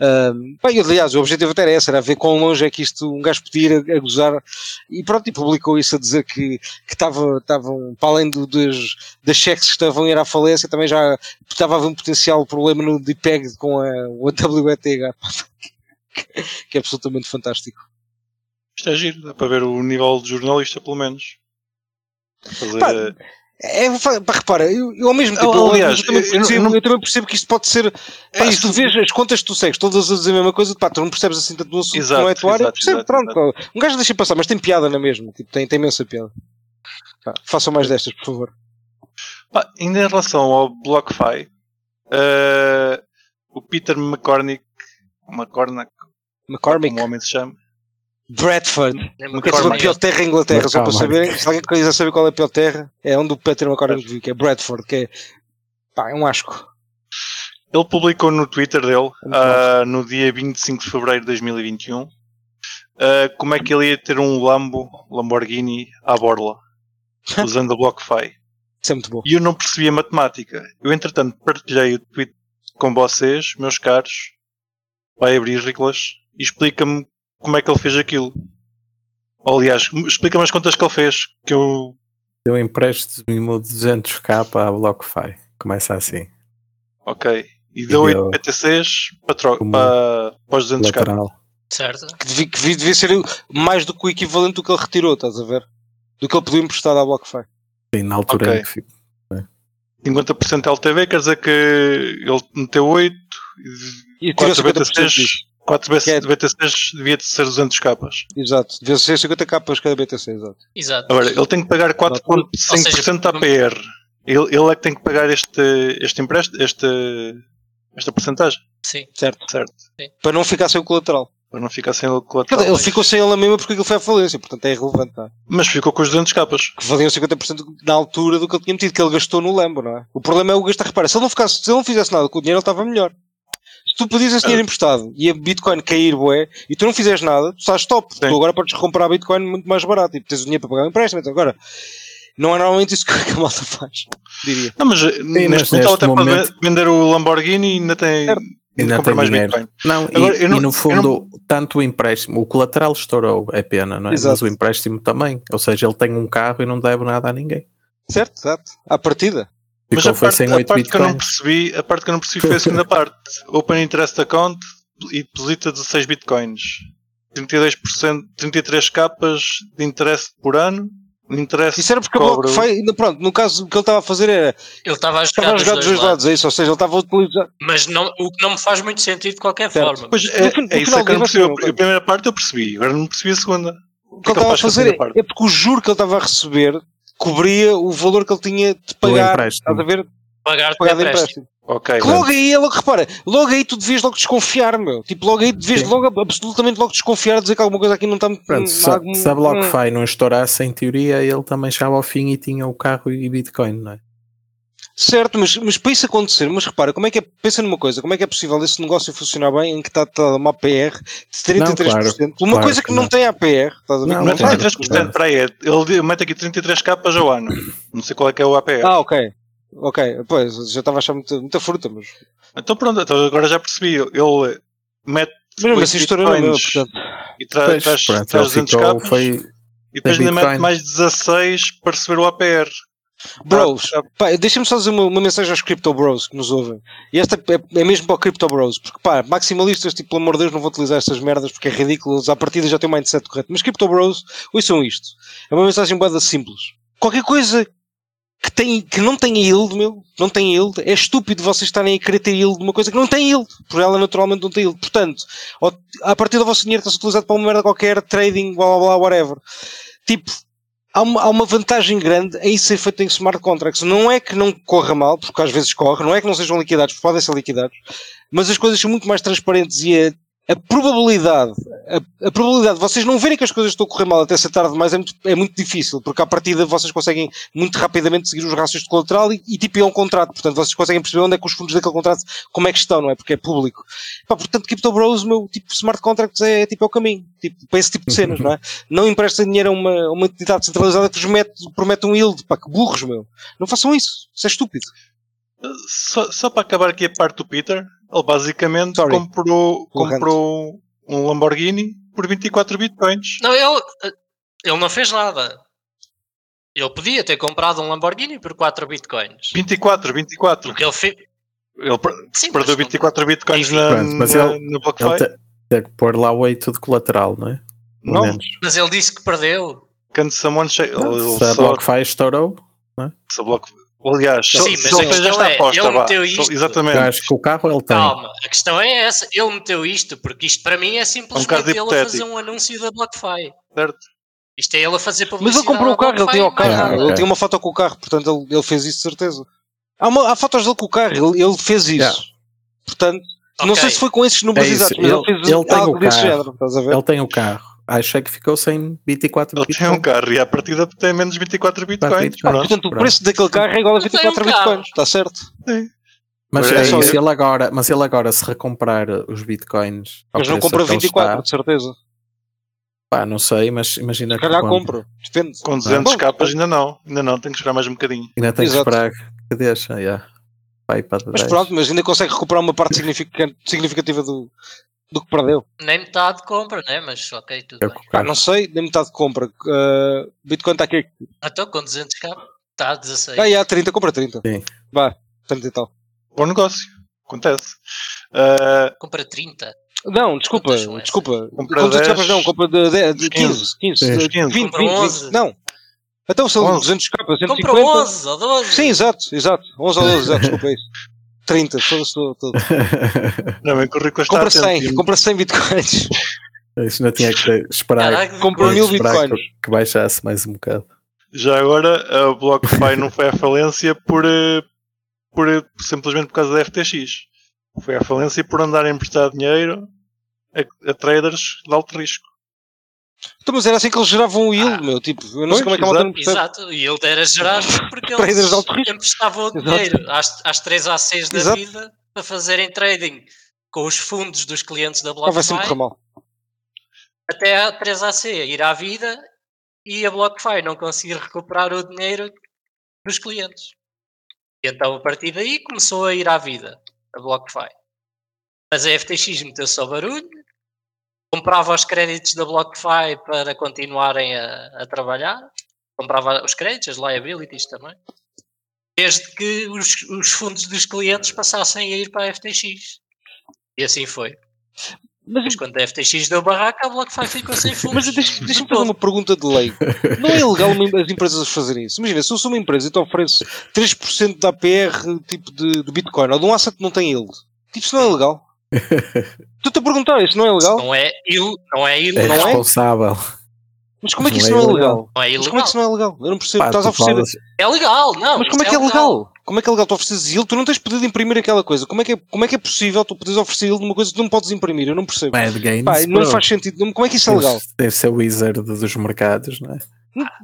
Speaker 2: Ah, pá, e, aliás, o objetivo até era esse, era ver quão longe é que isto um gajo podia ir a, a gozar e pronto, e publicou isso a dizer que que estava, estavam, para além do, dos, das cheques que estavam a ir à falência, também já estava a haver um potencial problema no DPEG com a, o WETH, que é absolutamente fantástico.
Speaker 1: Isto é giro, dá para ver o nível de jornalista, pelo menos. Fazer,
Speaker 2: Pá,
Speaker 1: eh,
Speaker 2: É, fa- pá, repara, eu, eu ao mesmo tempo,
Speaker 1: Oh,
Speaker 2: eu-
Speaker 1: aliás,
Speaker 2: eu, também
Speaker 1: eu- eu não-
Speaker 2: percebo,
Speaker 1: eu não-
Speaker 2: eu também percebo que isto pode ser. Pá,
Speaker 1: é
Speaker 2: se tu
Speaker 1: isso.
Speaker 2: vês as contas que tu segues, todas a dizer a mesma coisa, pá, tu não percebes assim tanto do assunto, que
Speaker 1: Exato,
Speaker 2: não é a tua área,
Speaker 1: exato,
Speaker 2: percebo,
Speaker 1: exato,
Speaker 2: pronto. pá. Um gajo deixa passar, mas tem piada na mesma, tipo, tem, tem imensa piada. Pá, façam mais destas, por favor.
Speaker 1: Pá, ainda em relação ao BlockFi, eh, o Peter McCormick, McCormack,
Speaker 2: McCormick,
Speaker 1: como o homem se chama,
Speaker 2: Bradford.
Speaker 4: Lembro-me
Speaker 2: É
Speaker 1: Cormac.
Speaker 2: sobre a
Speaker 4: que eu
Speaker 2: pior terra em Inglaterra,
Speaker 3: Mas
Speaker 2: só para
Speaker 3: calma.
Speaker 2: saberem. Se alguém quiser saber qual é a pior terra, é onde o Patrick McCormick vive, que é Bradford, que é, pá, é um asco.
Speaker 1: Ele publicou no Twitter dele,
Speaker 2: É Muito
Speaker 1: ah, no dia 25 de fevereiro de 2021, ah, um, como é que ele ia ter um Lambo, Lamborghini, à borla, usando a BlockFi.
Speaker 2: Isso é muito bom.
Speaker 1: E eu não percebi a matemática. Eu, entretanto, partilhei o tweet com vocês, meus caros, vai abrir Nicolas, e explica-me como é que ele fez aquilo. Ou, aliás, explica-me as contas que ele fez, que eu
Speaker 3: Eu empresto-me 200k à BlockFi. Começa assim.
Speaker 1: Ok. E deu
Speaker 3: E deu-
Speaker 1: 8 PTCs para, tro-
Speaker 3: Como
Speaker 1: para, para os 200 k
Speaker 3: Lateral.
Speaker 4: certo.
Speaker 2: Que devia, que devia- devia ser mais do que o equivalente do que ele retirou, estás a ver? Do que ele pediu emprestado à BlockFi.
Speaker 3: Sim, na altura
Speaker 1: Ok.
Speaker 3: em que fico.
Speaker 1: 50% LTV, quer dizer que ele meteu 8
Speaker 2: E tirou
Speaker 1: 4
Speaker 2: 50%
Speaker 1: BTCs.
Speaker 2: disso.
Speaker 1: 4
Speaker 2: Que é-
Speaker 1: BTCs devia de ser 200 capas.
Speaker 2: Exato. Devia ser 50 capas cada BTC, exato.
Speaker 4: Exato.
Speaker 1: Agora, ele tem que pagar 4,5% à
Speaker 4: Ou
Speaker 1: PR. Ele, ele é que tem que pagar este, este empréstimo, este, esta porcentagem,
Speaker 4: Sim.
Speaker 2: Certo.
Speaker 1: Certo.
Speaker 2: Para não ficar sem o colateral.
Speaker 1: para não ficar sem ele
Speaker 2: Quer dizer,
Speaker 1: colateral.
Speaker 2: Ele ficou sem ele mesmo porque aquilo foi à falência, portanto é irrelevante, não é?
Speaker 1: Mas ficou com os 200 capas.
Speaker 2: que valiam 50% na altura do que ele tinha metido, que ele gastou no Lambo, não é? O problema é o gastar. Repara, se ele não, ficasse, se ele não fizesse nada com o dinheiro, ele estava melhor. Se tu pedires esse dinheiro emprestado e a Bitcoin cair, bué, e tu não fizeres nada, tu estás top.
Speaker 1: Sim.
Speaker 2: Tu agora podes comprar a Bitcoin muito mais barato e tens o dinheiro para pagar o empréstimo. Então, agora, não é normalmente isso que a malta faz, diria.
Speaker 1: Não, mas eh,
Speaker 3: mas
Speaker 1: neste momento ele
Speaker 3: neste
Speaker 1: até
Speaker 3: momento-
Speaker 1: pode vender o Lamborghini e ainda tem.
Speaker 2: Certo.
Speaker 1: Ainda
Speaker 3: Ainda
Speaker 1: compra
Speaker 3: tem
Speaker 1: mais
Speaker 3: dinheiro.
Speaker 1: Bitcoin.
Speaker 3: Não,
Speaker 1: Agora,
Speaker 3: e,
Speaker 1: eu não-
Speaker 3: e
Speaker 1: eu
Speaker 3: no fundo, tanto o empréstimo, o colateral estourou, é pena, não é?
Speaker 2: Exato.
Speaker 3: Mas o empréstimo também. Ou seja, ele tem um carro e não deve nada a ninguém.
Speaker 2: Certo, exato. À partida.
Speaker 1: Mas
Speaker 3: Ficou
Speaker 1: a
Speaker 3: foi
Speaker 1: parte,
Speaker 3: sem
Speaker 1: a
Speaker 3: 8
Speaker 1: parte que eu não
Speaker 3: bitcoins.
Speaker 1: percebi, a parte que eu não percebi foi a segunda parte. Open Interest Account e deposita 16 bitcoins. 32%, 33 capas de interesse por ano. Interesse
Speaker 2: Isso era porque a
Speaker 1: Cobra-
Speaker 2: BlockFi, pronto, no caso, o que ele estava a fazer era.
Speaker 4: Ele estava a
Speaker 2: Estava a
Speaker 4: jogar,
Speaker 2: jogar dos dois lados, é isso, ou seja, ele estava a utilizar.
Speaker 4: Mas não, o que não me faz muito sentido de qualquer
Speaker 2: Certo.
Speaker 4: forma.
Speaker 1: Pois
Speaker 2: No
Speaker 1: é,
Speaker 2: fin- no
Speaker 1: é isso
Speaker 2: final
Speaker 1: é que eu não
Speaker 2: do
Speaker 1: percebi.
Speaker 2: dia vai
Speaker 1: A
Speaker 2: ser um
Speaker 1: primeira parte eu percebi, agora não percebi a segunda.
Speaker 2: O que ele estava a
Speaker 1: faz com a
Speaker 2: fazer
Speaker 1: segunda parte?
Speaker 2: é porque o juro que ele estava a receber cobria o valor que ele tinha de pagar
Speaker 3: empréstimo.
Speaker 2: Estás a ver?
Speaker 4: pagar
Speaker 2: pagar de
Speaker 4: empréstimo.
Speaker 2: empréstimo.
Speaker 1: Ok.
Speaker 2: Que logo aí, é logo repara, logo aí tu devias logo desconfiar, meu. Tipo, logo aí devias
Speaker 3: Sim.
Speaker 2: logo, absolutamente logo desconfiar, dizer que alguma coisa aqui não está muito.
Speaker 3: Pronto,
Speaker 2: hum,
Speaker 3: sa-
Speaker 2: algum-
Speaker 3: sabe lá o que
Speaker 2: hum.
Speaker 3: faz, não estourasse em teoria, ele também chegava ao fim e tinha o carro e Bitcoin, não é?
Speaker 2: Certo, mas, mas para isso acontecer, mas repara, como é que é, pensa numa coisa, como é que é possível esse negócio funcionar bem em que está a uma APR de 33%?
Speaker 3: Não, claro,
Speaker 2: uma
Speaker 3: claro
Speaker 2: coisa que,
Speaker 3: que
Speaker 2: não
Speaker 3: não.
Speaker 2: tem APR, estás a ver?
Speaker 3: Não,
Speaker 1: Não é
Speaker 3: não claro,
Speaker 1: 33%,
Speaker 3: claro.
Speaker 1: peraí, ele mete aqui 33 capas ao ano. Não sei qual é que é o APR.
Speaker 2: Ah, ok. Ok, pois, já estava a achar muita, muita fruta, mas.
Speaker 1: Então pronto, então agora já percebi. Ele mete
Speaker 2: Mesmo
Speaker 1: Pois,
Speaker 2: assim, estoura na mesma,
Speaker 1: bitcoins.
Speaker 2: portanto.
Speaker 1: e tra
Speaker 3: Pois,
Speaker 1: traz,
Speaker 3: pronto,
Speaker 1: traz
Speaker 3: ele
Speaker 1: 200
Speaker 3: ficou,
Speaker 1: capas
Speaker 3: foi,
Speaker 1: e depois
Speaker 3: tem
Speaker 1: ainda mete
Speaker 3: Bitcoin.
Speaker 1: mais 16 para receber o APR.
Speaker 2: Bros,
Speaker 1: Ah,
Speaker 2: pá, deixa-me só dizer uma, uma mensagem aos Crypto Bros que nos ouvem. E esta é, é mesmo para o Crypto Bros, porque pá, maximalistas, tipo, pelo amor de Deus, não vou utilizar estas merdas porque é ridículo, eles à partida já têm o mindset correto. Mas Crypto Bros, ouçam isto. É uma mensagem bada simples. Qualquer coisa que, tem, que não tenha yield, meu, não tem yield, é estúpido vocês estarem a querer ter yield de uma coisa que não tem yield, por ela naturalmente não tem yield. Portanto, ao- a partir do vosso dinheiro está-se utilizado para uma merda qualquer, trading, blá blá blá, whatever. Tipo, há uma, há uma vantagem grande em ser feito em smart contracts. Não é que não corra mal, porque às vezes corre, não é que não sejam liquidados, porque podem ser liquidados, mas as coisas são muito mais transparentes e a, a probabilidade, a, a probabilidade de vocês não verem que as coisas estão a correr mal até ser tarde demais é muito, é muito difícil, porque à partida vocês conseguem muito rapidamente seguir os rácios de colateral e, e tipo é um contrato, portanto vocês conseguem perceber onde é que os fundos daquele contrato, como é que estão, não é? Porque é público. Pá, portanto, Crypto Bros, meu tipo, smart contracts é, tipo é o caminho, tipo, para esse tipo de cenas, não é? não empresta dinheiro a uma, a uma entidade centralizada que vos mete- promete um yield. Pá, que burros, meu. Não façam isso. Isso é estúpido.
Speaker 1: Só, só para acabar aqui a parte do Peter, ele basicamente
Speaker 2: Sorry.
Speaker 1: comprou,
Speaker 2: Corrente.
Speaker 1: comprou um Lamborghini por 24 bitcoins.
Speaker 4: Não, ele, ele não fez nada. Ele podia ter comprado um Lamborghini por 4 bitcoins.
Speaker 1: 24, 24.
Speaker 4: O que ele fez.
Speaker 1: Ele per-
Speaker 4: Sim,
Speaker 1: perdeu
Speaker 4: mas não-
Speaker 1: 24 bitcoins
Speaker 4: Enfim.
Speaker 1: na,
Speaker 3: Pronto, mas
Speaker 1: na,
Speaker 3: ele-
Speaker 1: na BlockFi.
Speaker 3: Ele te- tem que pôr lá o 8 de colateral, não é? Pelo
Speaker 1: Não,
Speaker 3: menos.
Speaker 4: Mas ele disse que perdeu.
Speaker 1: Can someone check? Ele, ele
Speaker 3: Se a
Speaker 1: só,
Speaker 3: BlockFi estourou,
Speaker 1: se a Block- Aliás,
Speaker 4: Sim,
Speaker 1: só-
Speaker 4: mas
Speaker 1: só
Speaker 4: a
Speaker 1: fez
Speaker 4: questão
Speaker 1: esta
Speaker 4: é,
Speaker 1: aposta,
Speaker 4: ele
Speaker 1: vá.
Speaker 4: meteu
Speaker 1: Só-
Speaker 4: isto.
Speaker 1: Exatamente.
Speaker 3: eu acho que o carro ele tem.
Speaker 4: Calma, a questão é essa. Ele meteu isto, porque isto para
Speaker 2: um
Speaker 4: mim é simplesmente ele a
Speaker 1: hipotético.
Speaker 4: fazer um anúncio da BlockFi.
Speaker 1: Certo.
Speaker 4: Isto é ele a fazer
Speaker 2: Mas
Speaker 4: publicidade.
Speaker 2: ele comprou
Speaker 4: à
Speaker 2: o carro, ele
Speaker 4: BlockFi,
Speaker 2: tem o carro.
Speaker 4: mas-
Speaker 3: Ah,
Speaker 2: Ele
Speaker 3: ok.
Speaker 2: tem uma foto com o carro, portanto ele, ele fez isso de certeza. Há, uma- há fotos dele com o carro, ele, ele fez isso.
Speaker 3: Yeah.
Speaker 2: Portanto, não
Speaker 4: é? Ok.
Speaker 2: sei se foi com esses números
Speaker 3: É isso,
Speaker 2: exatos, mas ele,
Speaker 3: ele-
Speaker 2: fez
Speaker 3: ele tem o
Speaker 2: algo desse
Speaker 3: carro.
Speaker 2: género, estás a ver?
Speaker 3: Ele tem o carro. Acho é que ficou sem 24
Speaker 1: Ele tem um carro e à partida tem menos 24 bitcoins.
Speaker 3: bitcoins.
Speaker 1: Pronto.
Speaker 2: Portanto, o
Speaker 3: Pronto.
Speaker 2: preço daquele carro é igual a
Speaker 4: Ele tem
Speaker 2: 24
Speaker 4: um carro.
Speaker 2: bitcoins, está certo?
Speaker 3: Mas,
Speaker 1: Mas
Speaker 3: é
Speaker 1: é
Speaker 2: um
Speaker 1: só
Speaker 3: isso,
Speaker 1: isso.
Speaker 3: ele agora, mas ele agora, se recomprar os bitcoins. ao
Speaker 2: Mas não
Speaker 3: preço
Speaker 2: compra
Speaker 3: que ele
Speaker 2: 24,
Speaker 3: está,
Speaker 2: de certeza.
Speaker 3: pá, não sei, mas imagina
Speaker 2: Se
Speaker 3: que
Speaker 2: calhar
Speaker 3: compra.
Speaker 2: compra, depende.
Speaker 1: Com 200
Speaker 2: Bom,
Speaker 1: capas ainda não, ainda não, tenho que esperar mais um bocadinho.
Speaker 3: Ainda tem que
Speaker 2: Exato.
Speaker 3: esperar que deixa. Yeah. Vai para
Speaker 2: Mas
Speaker 3: 10.
Speaker 2: pronto, mas ainda consegue recuperar uma parte significante- significativa do, do que perdeu.
Speaker 4: Nem metade compra, né? Mas ok, tudo
Speaker 3: É o
Speaker 4: bem.
Speaker 3: que o
Speaker 2: Pá,
Speaker 3: carro-
Speaker 2: não sei, nem metade compra. Uh, Bitcoin está aqui.
Speaker 4: Então com tá 200k está a 16.
Speaker 2: Ah, já, 30, compra 30.
Speaker 3: Sim.
Speaker 2: Vá, 30 e tal.
Speaker 1: Bom negócio, acontece. Ah,
Speaker 4: Compra 30.
Speaker 2: Não, desculpa,
Speaker 4: Quantas são
Speaker 2: desculpa.
Speaker 1: Compra
Speaker 2: Compra 10,
Speaker 1: 10,
Speaker 2: não, compra de, de, de
Speaker 1: uns
Speaker 2: 15, 15,
Speaker 3: Sim.
Speaker 2: de 20,
Speaker 1: 15.
Speaker 2: 20,
Speaker 4: Compra 11.
Speaker 2: 20. Não. Então são
Speaker 1: 11.
Speaker 2: 200 capas, 150.
Speaker 4: Compra 11 ou 12.
Speaker 2: Sim, exato, exato. 11 ou 12, exato, desculpa é isso. 30, sou, sou, sou.
Speaker 3: tá
Speaker 1: não, bem que o Rico está
Speaker 2: compra
Speaker 1: atento.
Speaker 2: 100, compra 100 bitcoins.
Speaker 3: Isso não tinha que esperar,
Speaker 4: Caraca,
Speaker 2: Comprou
Speaker 3: tinha
Speaker 2: mil
Speaker 3: que, esperar
Speaker 2: bitcoins.
Speaker 3: que, que baixasse mais um bocado.
Speaker 1: Já agora, a BlockFi não foi à falência por, eh, por, eh, simplesmente por causa da FTX. Foi à falência por andar a emprestar dinheiro a, a traders de alto risco.
Speaker 2: Então, mas era assim que eles geravam o yield,
Speaker 4: Ah.
Speaker 2: meu. Tipo, eu não sei
Speaker 1: Pois,
Speaker 2: como é que a malta não percebe.
Speaker 4: Exato, e ele era gerado porque
Speaker 2: Traders
Speaker 4: eles
Speaker 2: de alto risco.
Speaker 4: emprestavam o
Speaker 2: Exato.
Speaker 4: dinheiro às, às 3 às 6 da
Speaker 2: Exato.
Speaker 4: vida para fazerem trading com os fundos dos clientes da
Speaker 2: Ah, vai sempre
Speaker 4: BlockFi
Speaker 2: correr mal.
Speaker 4: até à 3 AC ir à vida e a BlockFi não conseguir recuperar o dinheiro dos clientes. E então a partir daí começou a ir à vida a BlockFi. Mas a FTX meteu-se ao barulho, comprava os créditos da BlockFi para continuarem a, a trabalhar, comprava os créditos, as liabilities também, desde que os, os fundos dos clientes passassem a ir para a FTX. E assim foi. Mas quando a FTX deu barraca, a BlockFi ficou sem fundos.
Speaker 2: Mas deixa- deixa-me fazer uma pergunta de lei. Não é ilegal uma- as empresas fazerem isso? Imagina, se eu sou uma empresa e te ofereço 3% da APR tipo de, de Bitcoin ou de um asset que não tem yield, tipo, isso não é legal? Estou-te a perguntar, isso não é legal?
Speaker 4: Não é, il, não é, il,
Speaker 3: É
Speaker 4: não, é,
Speaker 3: responsável.
Speaker 2: Mas como é que
Speaker 3: Não
Speaker 2: isso
Speaker 3: é
Speaker 2: não é
Speaker 3: ilegal.
Speaker 2: legal?
Speaker 4: não é
Speaker 2: Mas
Speaker 4: ilegal.
Speaker 2: como é que isso não é legal? Eu não percebo.
Speaker 3: Pá,
Speaker 2: Estás a
Speaker 3: tu
Speaker 2: oferecer.
Speaker 3: falas-
Speaker 4: É legal, não.
Speaker 2: Mas como é
Speaker 4: isto
Speaker 2: que é legal? Como é que é legal tu ofereces asilo? Tu não tens podido imprimir aquela coisa. Como é que é, como é, que é possível tu poderes oferecer asilo de uma coisa que tu não podes imprimir? Eu não percebo.
Speaker 3: Mad é Games.
Speaker 2: Pá, não
Speaker 3: bro.
Speaker 2: faz sentido. Não- Como é que isso é legal?
Speaker 3: Deve- Deve ser o wizard dos mercados, não é?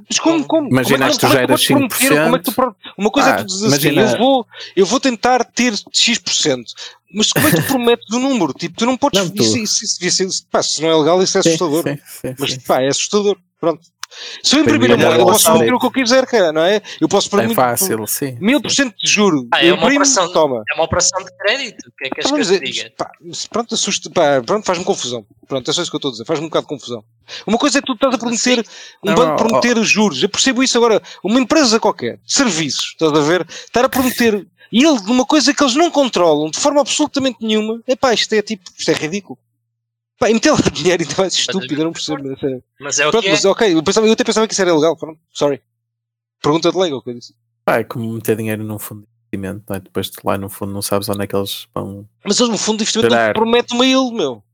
Speaker 2: Mas como, como?
Speaker 3: Imagina que tu
Speaker 2: como é
Speaker 3: geras
Speaker 2: como é que podes prometer? Como é que tu pro- Uma coisa é
Speaker 3: Ah,
Speaker 2: que tu dizes assim,
Speaker 3: imagina-
Speaker 2: eu vou, eu vou tentar ter X%, mas como é que tu prometes o número? Tipo, tu não podes.
Speaker 3: Não, tu-
Speaker 2: Isso, isso, isso devia ser- pá, se não é legal, isso é assustador.
Speaker 3: Sim, sim,
Speaker 2: Mas
Speaker 3: sim.
Speaker 2: pá, é assustador. Pronto. Se eu imprimir a
Speaker 3: Primeiro
Speaker 2: moeda, eu
Speaker 1: olhar
Speaker 2: posso
Speaker 1: ao
Speaker 2: imprimir o que eu quiser, cara, não é? Eu posso para
Speaker 3: É
Speaker 2: mim.
Speaker 3: fácil, sim.
Speaker 2: Mil por cento de juro.
Speaker 4: Ah, é
Speaker 2: eu
Speaker 4: uma
Speaker 2: imprimo,
Speaker 4: operação-
Speaker 2: toma.
Speaker 4: É uma operação de crédito. O que é que és que eu
Speaker 2: Vamos
Speaker 4: te
Speaker 2: dizer,
Speaker 4: diga?
Speaker 2: pá, se- pronto, assusta, pá, pronto, faz-me confusão. Pronto, é só isso que eu estou a dizer, faz-me um bocado de confusão. Uma coisa é que tu estás a
Speaker 4: assim,
Speaker 2: prometer, um
Speaker 3: Não,
Speaker 2: banco
Speaker 3: ó,
Speaker 2: prometer juros, eu percebo isso agora, uma empresa qualquer, de serviços, estás a ver, estar a prometer, e ele de uma coisa que eles não controlam, de forma absolutamente nenhuma, é pá, isto é tipo, isto é ridículo. Pá, e meter lá dinheiro ainda mais estúpido, eu não percebo. mas é sério.
Speaker 4: Mas é o
Speaker 2: Pronto,
Speaker 4: que é.
Speaker 2: mas ok, eu, pensava- eu até pensava que isso era ilegal, pronto, sorry. Pergunta de leigo, o que eu disse.
Speaker 3: Pá, é como meter dinheiro num fundo de investimento, não é? Depois tu lá no fundo não sabes onde é que eles vão.
Speaker 2: Mas eles no fundo de investimento não
Speaker 3: Gerar.
Speaker 2: prometem uma ele, meu.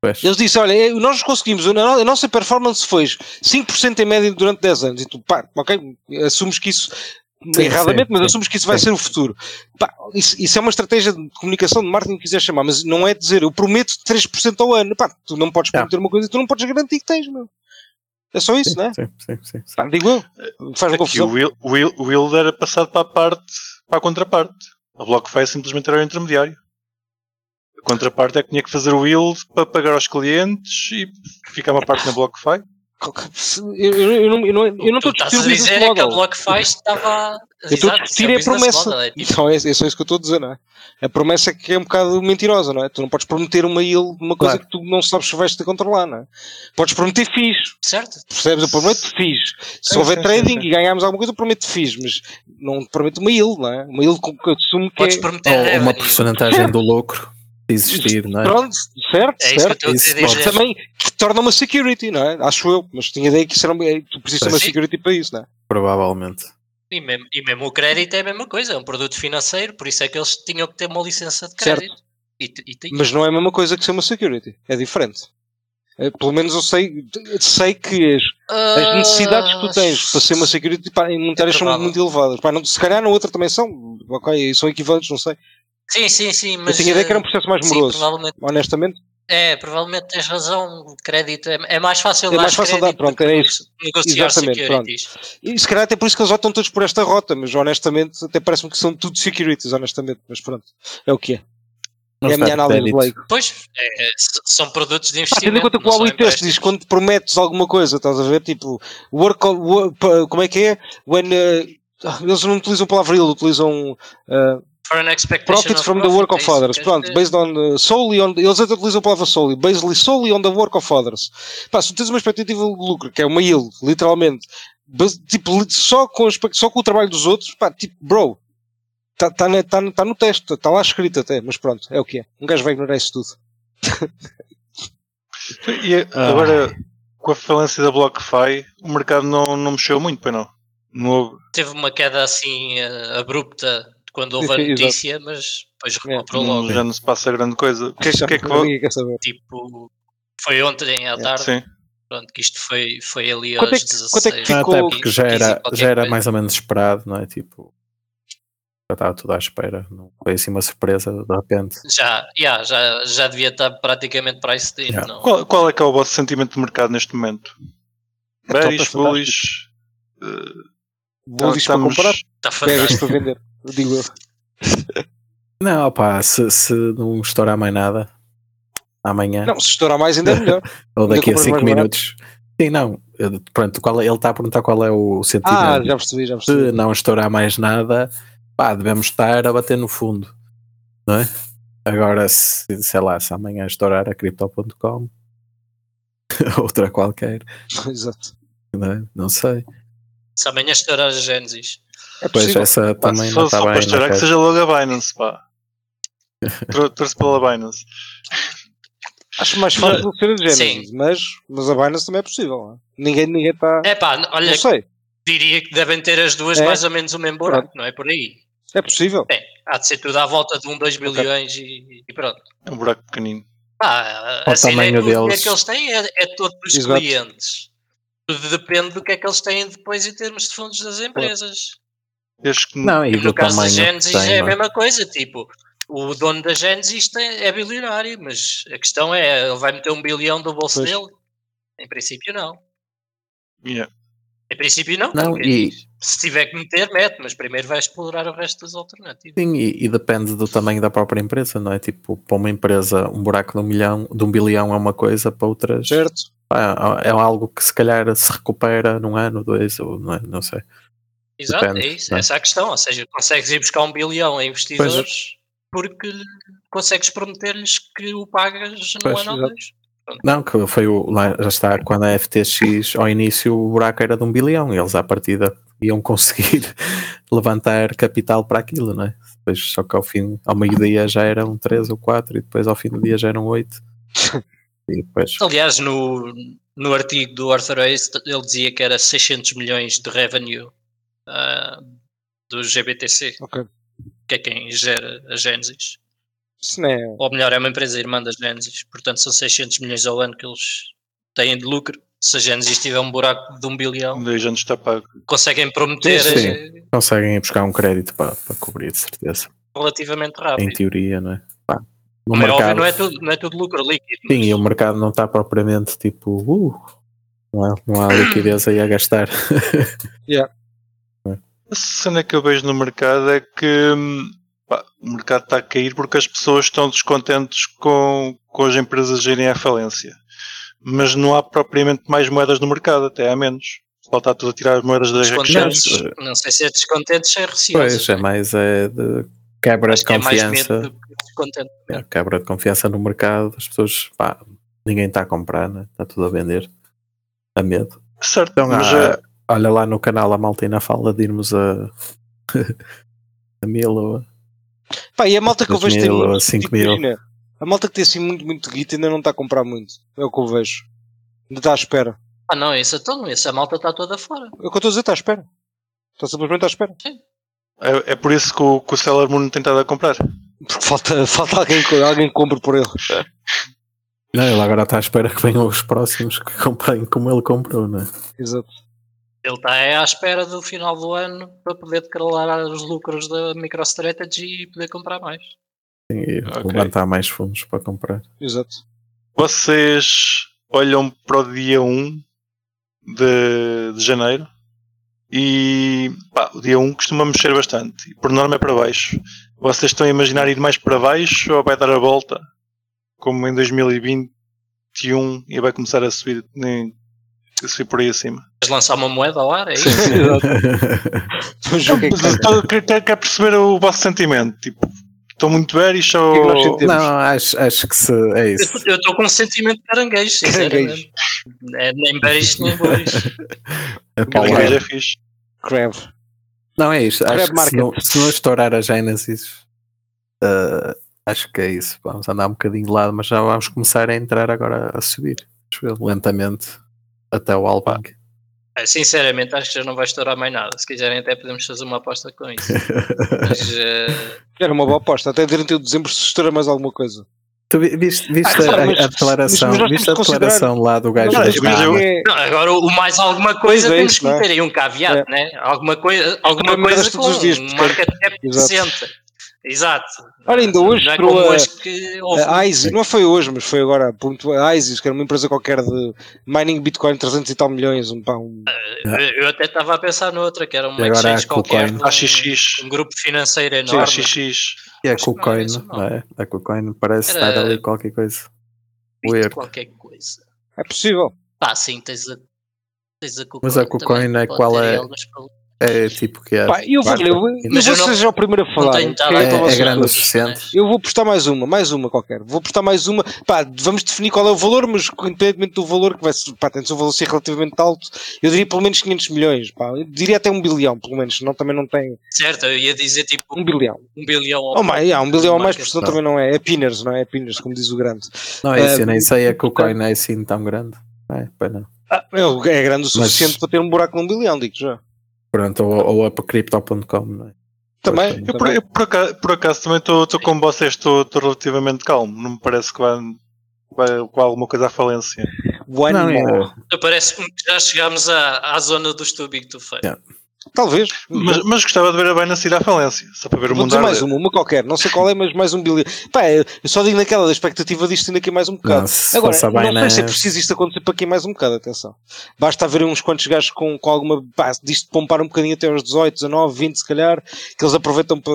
Speaker 3: Pois.
Speaker 2: Eles dizem, olha, eh, nós conseguimos, a no- a nossa performance foi 5% em média durante 10 anos. E tu, pá, ok, assumes que isso,
Speaker 3: Sim,
Speaker 2: erradamente,
Speaker 3: sim,
Speaker 2: mas
Speaker 3: sim,
Speaker 2: assumes que isso vai
Speaker 3: sim.
Speaker 2: ser o futuro. Pá, isso, isso é uma estratégia de comunicação, de marketing, que quiser chamar, mas não é dizer, eu prometo 3% ao ano. Pá, tu não podes
Speaker 3: Não.
Speaker 2: prometer uma coisa que tu não podes garantir que tens, meu. É só isso, não é?
Speaker 3: Sim, sim, sim. sim.
Speaker 2: Pá, digo eu. Faz-me
Speaker 1: Aqui o
Speaker 2: confusão.
Speaker 1: Will, o Will, o Will era passado para a parte, para a contraparte. A BlockFi simplesmente era o intermediário. A contraparte é que tinha que fazer o Will para pagar aos clientes e ficar uma parte na BlockFi.
Speaker 2: Eu, eu- eu não- eu não- eu não estou
Speaker 4: Tu
Speaker 2: a
Speaker 4: estás
Speaker 2: discutir o
Speaker 4: a
Speaker 2: business
Speaker 4: dizer é que a
Speaker 2: model.
Speaker 4: BlockFi estava.
Speaker 2: Eu estou a
Speaker 4: Exato, isso
Speaker 2: discutir é a
Speaker 4: business
Speaker 2: promessa.
Speaker 4: model, é tipo,
Speaker 2: Então é, é só isso que eu estou a dizer, não é? A promessa é que é um bocado mentirosa, não é? Tu não podes prometer uma ilha, uma coisa
Speaker 3: Claro.
Speaker 2: que tu não sabes se vais te controlar, não é? Podes prometer fixe,
Speaker 4: certo?
Speaker 2: percebes? Eu prometo fixe. Se
Speaker 1: Sim,
Speaker 2: houver
Speaker 1: sim,
Speaker 2: trading
Speaker 1: sim, sim.
Speaker 2: e ganharmos alguma coisa, eu prometo fixe, mas não te prometo uma ilha, não é? Uma ilha com que eu assumo que
Speaker 4: Podes
Speaker 2: é.
Speaker 4: prometer
Speaker 3: Ou uma
Speaker 4: revenue.
Speaker 3: porcentagem do lucro de existir, não é?
Speaker 2: Pronto, certo,
Speaker 4: É isso que eu
Speaker 2: certo.
Speaker 4: estou a
Speaker 3: Isso
Speaker 4: dizer.
Speaker 3: pode-
Speaker 4: dizer.
Speaker 2: Também que torna uma security, não é? Acho eu, mas tinha ideia que isso era um, é, tu precisas de uma
Speaker 4: Sim.
Speaker 2: security para isso, não é?
Speaker 3: Provavelmente.
Speaker 4: E mesmo, e mesmo o crédito é a mesma coisa, é um produto financeiro, por isso é que eles tinham que ter uma licença de
Speaker 2: Certo.
Speaker 4: crédito. E, t- e tinham.
Speaker 2: Mas não é a mesma coisa que ser uma security, é diferente. Eh, Pelo menos eu sei, sei que as
Speaker 4: Ah,
Speaker 2: as necessidades que tu tens para ser uma security pá, monetárias
Speaker 4: É
Speaker 2: são
Speaker 4: provável.
Speaker 2: muito elevadas. Pá, não, se calhar na outra também são, ok, são equivalentes, não sei.
Speaker 4: Sim, sim, sim. Mas,
Speaker 2: eu tinha ideia que era um
Speaker 4: eh,
Speaker 2: processo mais
Speaker 4: sim,
Speaker 2: moroso,
Speaker 4: provavelmente,
Speaker 2: honestamente.
Speaker 4: é, provavelmente tens razão. o Crédito é, é mais fácil
Speaker 2: É
Speaker 4: dar
Speaker 2: mais fácil dar,
Speaker 4: crédito
Speaker 2: pronto,
Speaker 4: do
Speaker 2: era
Speaker 4: que
Speaker 2: isso.
Speaker 4: Negociar
Speaker 2: Exatamente,
Speaker 4: securities.
Speaker 2: E se calhar até por isso que eles optam todos por esta rota, mas honestamente até parece-me que são tudo securities, honestamente. Mas pronto, é o que é.
Speaker 3: Não
Speaker 2: é a
Speaker 3: está
Speaker 2: minha análise de
Speaker 3: crédito.
Speaker 2: leigo.
Speaker 4: Pois, é, é, s- são produtos de
Speaker 2: Pá, tendo em conta
Speaker 4: investimento.
Speaker 2: que o
Speaker 4: não são
Speaker 2: Huawei Test diz
Speaker 4: empréstimos.
Speaker 2: que quando prometes alguma coisa, estás a ver? Tipo, work, on- wo- pa- como é que é? When, eh, ah, eles não utilizam a palavra ele, utilizam eh,
Speaker 4: For an expectation
Speaker 2: Profits
Speaker 4: of
Speaker 2: from the work
Speaker 4: profit, é
Speaker 2: of
Speaker 4: isso que
Speaker 2: others. Pronto,
Speaker 4: queres dizer.
Speaker 2: based on uh, solely on. Eles até utilizam a palavra solely. Based solely on the work of others. Pá, se tu tens uma expectativa de lucro, que é uma yield, literalmente, bas- tipo, li- só com, a expect- só com o trabalho dos outros, pá, tipo, bro. Está tá, na- tá, no- tá no texto, está lá escrito até, mas pronto, é o que é. Um gajo vai ignorar isso tudo.
Speaker 1: E agora, com a falência da BlockFi, o mercado não, não mexeu muito, pois não? Não houve-
Speaker 4: Teve uma queda assim eh, abrupta quando houve
Speaker 2: Sim,
Speaker 4: a
Speaker 2: sim, exato. É.
Speaker 4: notícia, mas depois recuperou
Speaker 1: não-
Speaker 4: logo.
Speaker 1: já não se passa grande coisa. O que, é que-
Speaker 2: Já
Speaker 1: o que é que vai-
Speaker 2: ninguém quer saber.
Speaker 4: Tipo, foi ontem à tarde,
Speaker 1: É, Sim.
Speaker 4: pronto, que isto foi, foi ali
Speaker 2: Quanto é
Speaker 4: aos
Speaker 2: que-
Speaker 4: 16.
Speaker 2: quanto é que
Speaker 3: Não,
Speaker 2: ficou-
Speaker 3: até Ah, tá, porque já
Speaker 4: 15 e
Speaker 3: era,
Speaker 4: qualquer
Speaker 3: já era
Speaker 4: coisa.
Speaker 3: mais ou menos esperado, não é? Tipo, já estava tudo à espera. Não foi assim uma surpresa de repente.
Speaker 4: Já, yeah, já, já devia estar praticamente para esse tempo,
Speaker 3: Yeah.
Speaker 4: não?
Speaker 1: Qual, qual é que é o vosso sentimento de mercado neste momento?
Speaker 2: top, é
Speaker 1: Bearish,
Speaker 2: fantástico.
Speaker 1: bullish? eh,
Speaker 2: Vou diz para
Speaker 1: estamos-
Speaker 2: comprar,
Speaker 3: é
Speaker 4: Está
Speaker 2: pegas
Speaker 4: Tá fantástico.
Speaker 2: é para vender. Digo eu.
Speaker 3: Não, pá, se, se não estourar mais nada amanhã
Speaker 2: Não, se estourar mais ainda é melhor.
Speaker 3: ou
Speaker 2: ainda
Speaker 3: daqui a
Speaker 2: compras
Speaker 3: 5
Speaker 2: mais barato.
Speaker 3: minutos. Sim, não. eu- Pronto, qual é- ele está a perguntar qual é o
Speaker 2: Ah,
Speaker 3: sentimento.
Speaker 2: já percebi, já
Speaker 3: se
Speaker 2: percebi.
Speaker 3: não estourar mais nada, pá, devemos estar a bater no fundo, não é? Agora, se, sei lá, se amanhã estourar a Crypto.com, outra qualquer,
Speaker 2: Exato.
Speaker 3: não, é? não sei.
Speaker 4: Se amanhã estourar a Genesis.
Speaker 2: É
Speaker 3: Pois
Speaker 2: possível.
Speaker 3: essa
Speaker 1: pá,
Speaker 3: também
Speaker 1: se
Speaker 3: não
Speaker 1: fosse
Speaker 3: está
Speaker 1: só
Speaker 3: bem.
Speaker 1: para estourar, é
Speaker 3: não é?
Speaker 1: que
Speaker 3: quero.
Speaker 1: seja logo a Binance, pá. Trou- Trouxe pela Binance.
Speaker 2: Acho mais fácil ser a Genesis,
Speaker 4: Sim.
Speaker 2: mas, mas a Binance também é possível. não é? Ninguém está. Ninguém tá,
Speaker 4: É pá, n- olha,
Speaker 2: não sei,
Speaker 4: diria que devem ter as duas
Speaker 2: É.
Speaker 4: mais ou menos o mesmo buraco, não é por aí?
Speaker 2: é possível.
Speaker 4: Bem, há de ser tudo à volta de um, dois bilhões e, e pronto.
Speaker 1: É um buraco pequenino.
Speaker 4: Ah,
Speaker 3: Ao
Speaker 4: a cena é que
Speaker 3: tamanho
Speaker 4: o dinheiro
Speaker 3: deles.
Speaker 4: que eles têm é, é todo dos
Speaker 2: Exato.
Speaker 4: clientes. Tudo depende do que é que eles têm depois em termos de fundos das empresas.
Speaker 1: Desde que
Speaker 3: Não, e do
Speaker 4: No caso da
Speaker 3: tamanho que
Speaker 4: Genesis
Speaker 3: tem,
Speaker 4: é a
Speaker 3: não é?
Speaker 4: mesma coisa, tipo, o dono da Genesis tem, é bilionário, mas a questão é, ele vai meter um bilhão do bolso
Speaker 2: Pois.
Speaker 4: dele? Em princípio não.
Speaker 1: Yeah.
Speaker 4: Em princípio não,
Speaker 3: Não,
Speaker 4: porque
Speaker 3: e,
Speaker 4: se tiver que meter, mete, mas primeiro vai explorar o resto das alternativas.
Speaker 3: sim, e, e depende do tamanho da própria empresa, não é? Tipo, para uma empresa, um buraco de um milhão, de um bilhão é uma coisa, para outras
Speaker 2: certo?
Speaker 3: pá, é algo que se calhar se recupera num ano, dois, ou não, é? não sei.
Speaker 4: Exato,
Speaker 3: depende,
Speaker 4: é isso,
Speaker 3: não é?
Speaker 4: essa é a questão. Ou seja, consegues ir buscar um bilhão a investidores porque consegues prometer-lhes que o pagas no
Speaker 3: Pois,
Speaker 4: ano ou
Speaker 2: exato.
Speaker 4: dois.
Speaker 3: Não, que foi o. Lá já está, quando a FTX, ao início, o buraco era de um bilhão, e eles à partida iam conseguir levantar capital para aquilo, não é? Depois, só que ao fim, ao meio-dia já eram três ou quatro, e depois ao fim do dia já eram oito. E depois.
Speaker 4: Aliás, no, no artigo do Arthur Ace, ele dizia que era 600 milhões de revenue ah, do GBTC,
Speaker 2: Ok.
Speaker 4: que é quem gera a Genesis.
Speaker 2: Isso não é.
Speaker 4: Ou melhor, é uma empresa irmã da Genesis, portanto são 600 milhões ao ano que eles têm de lucro. Se a Genesis tiver um buraco de um bilhão,
Speaker 1: Dois anos está pago.
Speaker 4: conseguem prometer
Speaker 3: Sim, sim.
Speaker 4: eh,
Speaker 3: Conseguem ir buscar um crédito para, para cobrir, de certeza.
Speaker 4: relativamente
Speaker 3: Em
Speaker 4: rápido.
Speaker 3: teoria, não é? Pá, no
Speaker 4: Como é óbvio,
Speaker 3: mercado-
Speaker 4: não é tudo, não é tudo lucro líquido.
Speaker 3: Sim, e o
Speaker 4: mas
Speaker 3: mercado não está propriamente tipo. Uh, não, há, não há liquidez aí a gastar.
Speaker 1: A cena que eu vejo no mercado é que hum, pá, o mercado está a cair porque as pessoas estão descontentes com, com as empresas irem à falência. Mas não há propriamente mais moedas no mercado, até há menos. Só está tudo a tirar as moedas das exchanges.
Speaker 4: descontentes, não, sei se é descontentes é receoso.
Speaker 3: pois, é mais é de quebra de
Speaker 4: Acho que é mais medo
Speaker 3: confiança.
Speaker 4: do que descontente.
Speaker 3: É, quebra de confiança no mercado. As pessoas, pá, ninguém está a comprar, né? está tudo a vender. A medo.
Speaker 1: Certo,
Speaker 3: Então,
Speaker 1: mas
Speaker 3: há-
Speaker 1: é-
Speaker 3: olha lá no canal a Maltina fala de irmos a. a mil ou a-
Speaker 2: Pá, e a malta que eu
Speaker 3: 2.000
Speaker 2: vejo tem
Speaker 3: ou
Speaker 2: muito.
Speaker 3: 5.000.
Speaker 2: imagina, a malta que tem assim muito, muito guita ainda não está a comprar muito. É o que eu vejo. Ainda está à espera.
Speaker 4: Ah, não, isso é todo, essa malta está toda fora.
Speaker 2: É o que eu estou a dizer, está à espera. Está simplesmente à espera.
Speaker 1: é, é por isso que o, que o Seller Moon tem estado a comprar.
Speaker 2: Porque falta, falta alguém, que- alguém que compre por ele.
Speaker 3: Não, ele agora está à espera que venham os próximos que comprem como ele comprou, né?
Speaker 2: Exato.
Speaker 4: Ele está é à espera do final do ano para poder declarar os lucros da MicroStrategy e poder comprar mais.
Speaker 3: Sim, E
Speaker 1: Ok.
Speaker 3: levantar mais fundos para comprar.
Speaker 2: Exato.
Speaker 1: Vocês olham para o dia 1 de, de janeiro e pá, o dia 1 costuma mexer bastante. E por norma é para baixo. Vocês estão a imaginar ir mais para baixo ou vai dar a volta? Como em 2021 e vai começar a subir, né, a subir por aí acima.
Speaker 4: Mas lançar uma moeda ao ar, é isso?
Speaker 2: Vamos ver o que é que-
Speaker 1: Mas eu estou- quero, quero- quero perceber o vosso sentimento. Tipo, estou muito bearish ou.
Speaker 2: que é que nós sentimos?
Speaker 3: Não, acho, acho que se, é isso.
Speaker 4: Eu estou com um sentimento de caranguejo, sinceramente. É, nem bearish nem bullish.
Speaker 3: É
Speaker 1: Que
Speaker 3: para o
Speaker 1: a
Speaker 3: lado.
Speaker 1: igreja é fixe.
Speaker 2: Crave.
Speaker 3: Não é isto.
Speaker 2: Red
Speaker 3: Acho que se,
Speaker 2: market.
Speaker 3: não, se não estourar a Genesis, eh, acho que é isso. Vamos andar um bocadinho de lado, mas já vamos começar a entrar agora a subir. Acho eu, lentamente até o Albank.
Speaker 4: É, sinceramente, acho que já não vai estourar mais nada. Se quiserem, até podemos fazer uma aposta com isso. Mas, eh,
Speaker 2: Era uma boa aposta. Até 31 de dezembro se estoura mais alguma coisa.
Speaker 3: tu vi- viste, viste
Speaker 2: Ah, claro,
Speaker 3: a,
Speaker 2: mas-
Speaker 3: a declaração,
Speaker 2: mas nós temos
Speaker 3: viste a
Speaker 2: que considerar-
Speaker 3: declaração lá do gajo
Speaker 1: Não,
Speaker 3: da
Speaker 1: mas- mas eu-
Speaker 3: Dama?
Speaker 2: é-
Speaker 4: não, agora, o mais alguma coisa,
Speaker 2: Pois é,
Speaker 4: temos
Speaker 2: isso,
Speaker 4: que
Speaker 2: não é?
Speaker 4: meter aí um caveat, né? Alguma coisa, alguma
Speaker 2: Comer merdas
Speaker 4: coisa com
Speaker 2: todos os dias,
Speaker 4: um
Speaker 2: portanto.
Speaker 4: market cap
Speaker 2: Exato.
Speaker 4: decente. Exato.
Speaker 2: Olha, ainda hoje É,
Speaker 4: Não é
Speaker 2: entrou
Speaker 4: como
Speaker 2: a-
Speaker 4: hoje que houve
Speaker 2: A ISIS, não foi hoje, mas foi agora. Ponto, a ISIS, que era uma empresa qualquer de mining Bitcoin 300 e tal milhões. Um, pá, um-
Speaker 4: Eu, eu até estava a pensar noutra, que era uma
Speaker 3: E agora
Speaker 4: exchange
Speaker 3: a KuCoin.
Speaker 4: qualquer, de um,
Speaker 1: AXX.
Speaker 4: um grupo financeiro
Speaker 1: Sim,
Speaker 4: enorme.
Speaker 1: AXX.
Speaker 3: E a
Speaker 4: acho que não
Speaker 3: KuCoin,
Speaker 4: era isso, não.
Speaker 3: não é? A KuCoin parece
Speaker 4: Era-
Speaker 3: estar ali qualquer coisa.
Speaker 4: Bit,
Speaker 3: Weird.
Speaker 4: qualquer coisa.
Speaker 2: é possível.
Speaker 4: Pá, sim, tens a, tens a KuCoin.
Speaker 3: Mas a KuCoin
Speaker 4: também,
Speaker 3: é
Speaker 4: pode
Speaker 3: qual
Speaker 4: ter aí
Speaker 3: é?
Speaker 4: alguns problemas.
Speaker 3: É tipo que é.
Speaker 2: Pá, eu vou,
Speaker 3: Basta.
Speaker 2: eu, vou- eu
Speaker 4: Mas
Speaker 2: vou
Speaker 4: eu não-
Speaker 2: ser já o primeiro a
Speaker 4: Não
Speaker 2: falar.
Speaker 4: tenho
Speaker 2: que
Speaker 4: nada
Speaker 2: é
Speaker 4: a
Speaker 2: para
Speaker 3: é
Speaker 2: vocês
Speaker 3: grande o
Speaker 2: todos.
Speaker 3: suficiente.
Speaker 2: eu vou postar mais uma, mais uma qualquer. Vou postar mais uma. Pá, vamos definir qual é o valor, mas independentemente do valor, que vai ser, pá, tem de ser um valor ser relativamente alto, eu diria pelo menos 500 milhões. Pá. Eu diria até um bilhão, pelo menos. Não, também não tem.
Speaker 4: Certo, eu ia dizer tipo
Speaker 2: Um bilhão.
Speaker 4: um bilhão
Speaker 2: Ou
Speaker 4: ao
Speaker 2: mais, yeah, um bilhão ou mais,
Speaker 4: market
Speaker 2: porque senão
Speaker 3: cap.
Speaker 2: também não é. É Pinners, não é? É Pinners, como diz o grande.
Speaker 3: Não é
Speaker 2: Eh,
Speaker 3: isso, eu nem sei a KuCoin é assim tão grande. É, pois não.
Speaker 2: Ah, é, é grande o suficiente para ter um buraco num bilhão, digo já.
Speaker 3: Pronto, ou, ou a crypto.com, não é?
Speaker 2: Também.
Speaker 3: Pois,
Speaker 1: Eu, por,
Speaker 2: também.
Speaker 1: eu por acaso, por acaso também estou com vocês, estou relativamente calmo. Não me parece que vá, vá com alguma coisa à falência.
Speaker 2: One
Speaker 3: Não, é-
Speaker 2: more.
Speaker 4: Parece-me que já chegámos à, à zona do estúbico que tu fez.
Speaker 3: Yeah.
Speaker 2: Talvez.
Speaker 1: Mas, mas gostava de ver a Binance ir à falência, só para ver o
Speaker 2: Vou
Speaker 1: mundo
Speaker 2: dizer
Speaker 1: arder.
Speaker 2: mais uma, uma qualquer, não sei qual é, mas mais um bilhão. Pá, eu só digo naquela da expectativa disto ainda aqui mais um bocado.
Speaker 3: Não, se
Speaker 2: Agora,
Speaker 3: fosse a
Speaker 2: não sei se é
Speaker 3: Binance-
Speaker 2: preciso isto acontecer para aqui mais um bocado, atenção. Basta haver uns quantos gajos com, com alguma. Pá, disto pompar um bocadinho até aos 18, 19, 20, se calhar, que eles aproveitam para